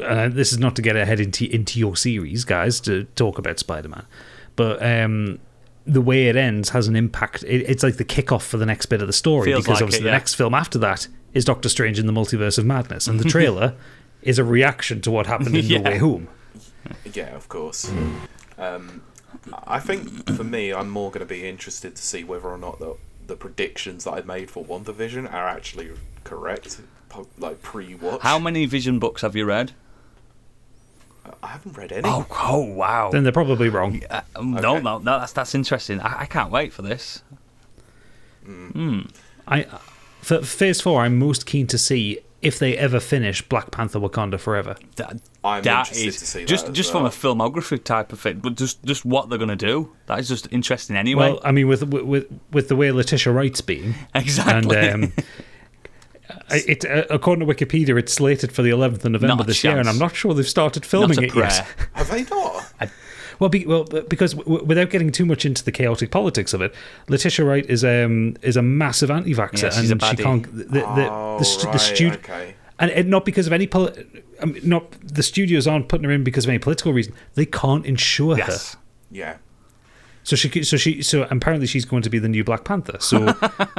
[SPEAKER 3] Uh, this is not to get ahead into into your series, guys, to talk about Spider-Man, but um, the way it ends has an impact. It, it's like the kickoff for the next bit of the story
[SPEAKER 4] Feels
[SPEAKER 3] because
[SPEAKER 4] like it,
[SPEAKER 3] obviously
[SPEAKER 4] yeah.
[SPEAKER 3] the next film after that is Doctor Strange in the Multiverse of Madness, and the trailer is a reaction to what happened in
[SPEAKER 4] Yeah.
[SPEAKER 3] No Way Home.
[SPEAKER 1] Yeah, of course. Um, I think for me, I'm more going to be interested to see whether or not the, the predictions that I made for WandaVision are actually correct, po- like pre-watch.
[SPEAKER 4] How many Vision books have you read?
[SPEAKER 1] I haven't read any.
[SPEAKER 4] Oh, oh wow.
[SPEAKER 3] Then they're probably wrong.
[SPEAKER 4] Uh, No,
[SPEAKER 1] Okay.
[SPEAKER 4] no, no, that's that's interesting. I, I can't wait for this.
[SPEAKER 3] I for Phase Four, I'm most keen to see if they ever finish Black Panther: Wakanda Forever.
[SPEAKER 4] That,
[SPEAKER 1] I'm
[SPEAKER 4] that
[SPEAKER 1] interested
[SPEAKER 4] is-
[SPEAKER 1] to see that
[SPEAKER 4] just
[SPEAKER 1] as
[SPEAKER 4] just
[SPEAKER 1] well.
[SPEAKER 4] from a filmography type of thing, but just just what they're gonna do. That is just interesting anyway.
[SPEAKER 3] Well, I mean, with with with the way Letitia Wright's been,
[SPEAKER 4] Exactly.
[SPEAKER 3] And, um, I- it uh, according to Wikipedia, it's slated for the 11th of November
[SPEAKER 4] Not a
[SPEAKER 3] this year, and
[SPEAKER 4] chance.
[SPEAKER 3] I'm not sure they've started
[SPEAKER 4] Not
[SPEAKER 3] filming
[SPEAKER 4] a
[SPEAKER 3] it
[SPEAKER 4] prayer.
[SPEAKER 3] yet.
[SPEAKER 1] Have they not?
[SPEAKER 3] Well, be, well, b- because w- without getting too much into the chaotic politics of it, Letitia Wright is um is a massive anti-vaxxer,
[SPEAKER 4] Yeah, she's a
[SPEAKER 3] and she
[SPEAKER 4] baddie.
[SPEAKER 3] can't. The, the,
[SPEAKER 1] Oh,
[SPEAKER 3] the, stu- the
[SPEAKER 1] right,
[SPEAKER 3] stu-
[SPEAKER 1] okay.
[SPEAKER 3] and, and not because of any poli- I mean, not the studios aren't putting her in because of any political reason. They can't insure her.
[SPEAKER 4] Yes.
[SPEAKER 1] Yeah.
[SPEAKER 3] So she, c- so she, so apparently she's going to be the new Black Panther. So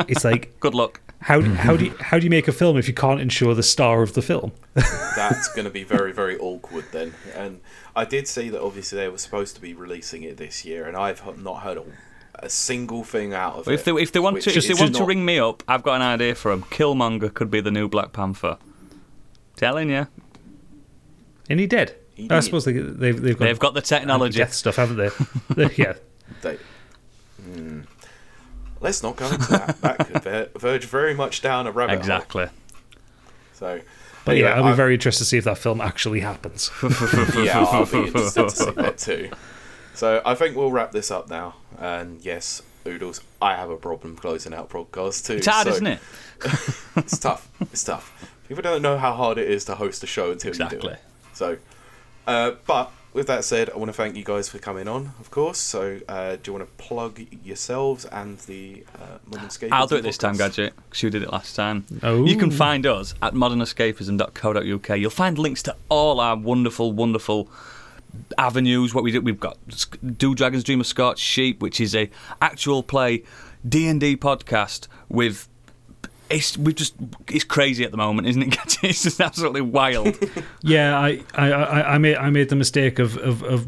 [SPEAKER 3] it's like,
[SPEAKER 4] Good luck.
[SPEAKER 3] how how do you, how do you make a film if you can't ensure the star of the film?
[SPEAKER 1] That's going to be very, very awkward then. And I did see that obviously they were supposed to be releasing it this year, and I've h- not heard a, a single thing out of
[SPEAKER 4] If
[SPEAKER 1] it.
[SPEAKER 4] they if they want
[SPEAKER 1] which
[SPEAKER 4] to if they
[SPEAKER 1] is
[SPEAKER 4] want to
[SPEAKER 1] not-
[SPEAKER 4] ring me up, I've got an idea for them. Killmonger could be the new Black Panther. Telling you.
[SPEAKER 3] And he did. I suppose they, they've they've got
[SPEAKER 4] They've got the technology.
[SPEAKER 3] death stuff, haven't they? They- yeah,
[SPEAKER 1] They, Hmm. Let's not go into that. that could ver- verge very much down a rabbit
[SPEAKER 4] Exactly.
[SPEAKER 1] hole. So,
[SPEAKER 3] but yeah, I'll be
[SPEAKER 1] I'm-
[SPEAKER 3] very interested to see if that film actually happens.
[SPEAKER 1] yeah, I'll be interested to see that too. So I think we'll wrap this up now. And yes, Oodles, I have a problem closing out broadcasts too.
[SPEAKER 4] It's hard,
[SPEAKER 1] so-
[SPEAKER 4] isn't it?
[SPEAKER 1] It's tough. It's tough. People don't know how hard it is to host a show until you do
[SPEAKER 4] Exactly.
[SPEAKER 1] it. So, uh, but with that said, I want to thank you guys for coming on, of course. So, uh, do you want to plug yourselves and the uh, Modern Escapism
[SPEAKER 4] I'll do it this time,
[SPEAKER 1] podcast?
[SPEAKER 4] Gadget, because you did it last time.
[SPEAKER 3] Oh.
[SPEAKER 4] You can find us at modernescapism.co.uk. You'll find links to all our wonderful, wonderful avenues. What we do, we've got Sc- Do Dragons Dream of Scotch Sheep, which is a actual play D and D podcast with. It's we just it's crazy at the moment, isn't it? Gadget? It's just absolutely wild.
[SPEAKER 3] Yeah, I, I, I, I made I made the mistake of, of, of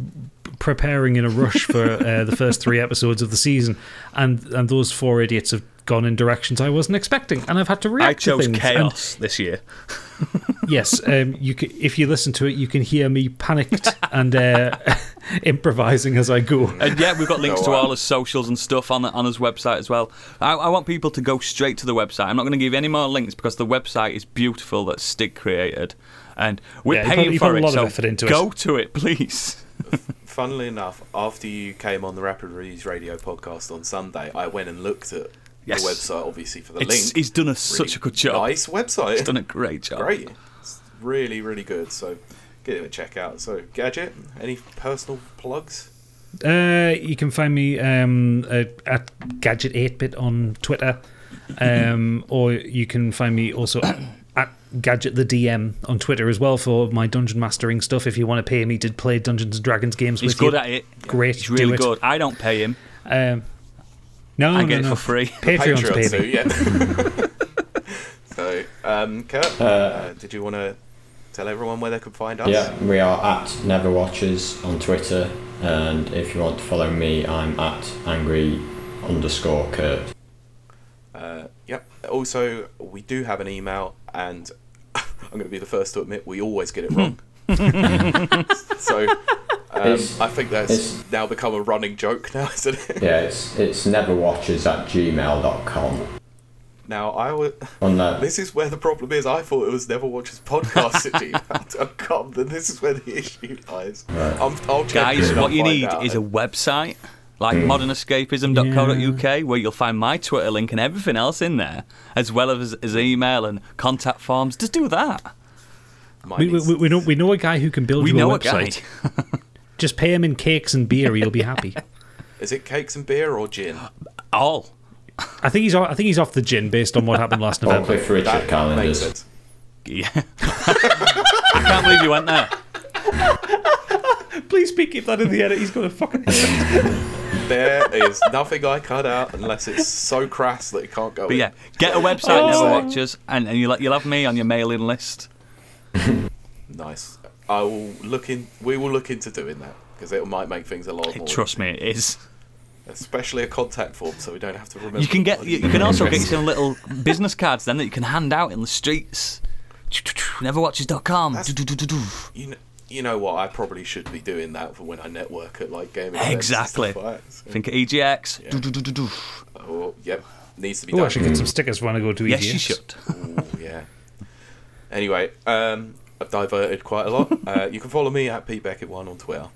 [SPEAKER 3] preparing in a rush for uh, the first three episodes of the season, and and those four idiots have gone in directions I wasn't expecting, and I've had to react.
[SPEAKER 4] I chose
[SPEAKER 3] to things.
[SPEAKER 4] chaos this year.
[SPEAKER 3] And yes, um, you can, if you listen to it, you can hear me panicked and uh, improvising as I go.
[SPEAKER 4] And yeah, we've got links
[SPEAKER 1] Oh,
[SPEAKER 4] to
[SPEAKER 1] wow.
[SPEAKER 4] all his socials and stuff on the, on his website as well. I, I want people to go straight to the website. I'm not going to give any more links because the website is beautiful that Stig created, and we're
[SPEAKER 3] Yeah, he put-
[SPEAKER 4] paying
[SPEAKER 3] he put
[SPEAKER 4] for
[SPEAKER 3] a
[SPEAKER 4] it.
[SPEAKER 3] lot of
[SPEAKER 4] so
[SPEAKER 3] effort into it.
[SPEAKER 4] go to it, please.
[SPEAKER 1] Funnily enough, after you came on the Rapid Reviews Radio podcast on Sunday, I went and looked at
[SPEAKER 4] Yes.
[SPEAKER 1] the website, obviously for the
[SPEAKER 4] It's,
[SPEAKER 1] link.
[SPEAKER 4] he's done us
[SPEAKER 1] Really
[SPEAKER 4] such a good job.
[SPEAKER 1] Nice website.
[SPEAKER 4] He's done a great job.
[SPEAKER 1] Great. It's really, really good. So, give it a check out. So, Gadget, any personal plugs?
[SPEAKER 3] Uh, you can find me um, uh, at Gadget Eight Bit on Twitter, um, or you can find me also at Gadget the DM on Twitter as well for my dungeon mastering stuff. If you want to pay me to play Dungeons and Dragons games,
[SPEAKER 4] He's
[SPEAKER 3] with
[SPEAKER 4] good
[SPEAKER 3] you.
[SPEAKER 4] at it.
[SPEAKER 3] Great,
[SPEAKER 4] He's really
[SPEAKER 3] do it.
[SPEAKER 4] good. I don't pay him.
[SPEAKER 3] Um, no,
[SPEAKER 4] I
[SPEAKER 3] no,
[SPEAKER 4] get it
[SPEAKER 3] no.
[SPEAKER 4] for free.
[SPEAKER 3] Patreon's
[SPEAKER 1] Patreon
[SPEAKER 3] paying
[SPEAKER 1] too,
[SPEAKER 3] me.
[SPEAKER 1] yeah. so, um, Kurt, uh, did you want to tell everyone where they could find us?
[SPEAKER 2] Yeah, we are at Neverwatchers on Twitter, and if you want to follow me, I'm at angry underscore Kurt.
[SPEAKER 1] Yep. Also, we do have an email, and I'm going to be the first to admit we always get it wrong. so, um,
[SPEAKER 2] It's-
[SPEAKER 1] I think that's
[SPEAKER 2] it's-
[SPEAKER 1] now become a running joke now, isn't it?
[SPEAKER 2] Yeah, it's it's neverwatchers at gmail.com.
[SPEAKER 1] Now, I was.
[SPEAKER 2] On that,
[SPEAKER 1] This is where the problem is. I thought it was Never Watches Podcast at gmail.com. Then this is where the issue lies. I'm, I'll check it
[SPEAKER 4] Guys,
[SPEAKER 1] and I'll
[SPEAKER 4] what you
[SPEAKER 1] find
[SPEAKER 4] need
[SPEAKER 1] out.
[SPEAKER 4] is a website like
[SPEAKER 3] Mm.
[SPEAKER 4] modernescapism.co.uk where you'll find my Twitter link and everything else in there, as well as his email and contact forms. Just do that.
[SPEAKER 1] Mine
[SPEAKER 3] We, we,
[SPEAKER 1] is-
[SPEAKER 3] we- we know we know a guy who can build
[SPEAKER 4] We
[SPEAKER 3] you
[SPEAKER 4] know
[SPEAKER 3] a
[SPEAKER 4] a guy.
[SPEAKER 3] website. Just pay him in cakes and beer, he'll be happy.
[SPEAKER 1] Is it cakes and beer or gin?
[SPEAKER 4] All.
[SPEAKER 3] I think he's off, I think he's off the gin based on what happened last
[SPEAKER 4] Oh.
[SPEAKER 2] or
[SPEAKER 3] November.
[SPEAKER 2] Cliff Richard
[SPEAKER 1] That makes
[SPEAKER 2] calendars.
[SPEAKER 1] sense.
[SPEAKER 4] Yeah. I can't believe you went there.
[SPEAKER 3] Please speak keep that in the edit. He's got a fucking.
[SPEAKER 1] There is nothing I cut out unless it's so crass that it can't go
[SPEAKER 4] But
[SPEAKER 1] in.
[SPEAKER 4] yeah, get a website, Never Watchers, and, and you'll, you'll have me on your mailing list.
[SPEAKER 1] Nice. I will look in. We will look into doing that because it might make things a lot more,
[SPEAKER 4] Trust me, it is.
[SPEAKER 1] especially a contact form, so we don't have to remember.
[SPEAKER 4] You can get.
[SPEAKER 1] bloody
[SPEAKER 4] You, you can also get
[SPEAKER 2] Interesting.
[SPEAKER 4] some little business cards then that you can hand out in the streets. Neverwatches.com.
[SPEAKER 1] That's-
[SPEAKER 4] Do-do-do-do-do.
[SPEAKER 1] You know, you know what? I probably should be doing that for when I network at like gaming. events and
[SPEAKER 4] Exactly.
[SPEAKER 1] stuff like that, so-
[SPEAKER 4] Think of E EGX. Do-do-do-do-do.
[SPEAKER 1] Oh, yep. Needs to be
[SPEAKER 3] Oh, I
[SPEAKER 1] done.
[SPEAKER 3] should get some stickers when I go to E EGX.
[SPEAKER 4] Yes, you should.
[SPEAKER 1] Ooh, yeah. Anyway, um, I've diverted quite a lot. Uh, you can follow me at Pete Beckett One on Twitter.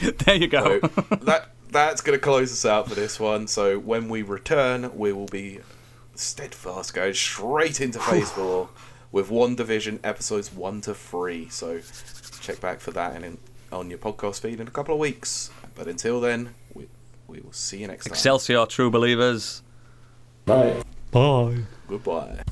[SPEAKER 4] There you
[SPEAKER 1] So
[SPEAKER 4] go.
[SPEAKER 1] that that's going to close us out for this one. So when we return, we will be steadfast going straight into Phase Four with One Division episodes one to three. So check back for that and in, on your podcast feed in a couple of weeks. But until then, we we will see you next time.
[SPEAKER 4] Excelsior, true believers.
[SPEAKER 2] Right.
[SPEAKER 3] Bye.
[SPEAKER 1] Goodbye.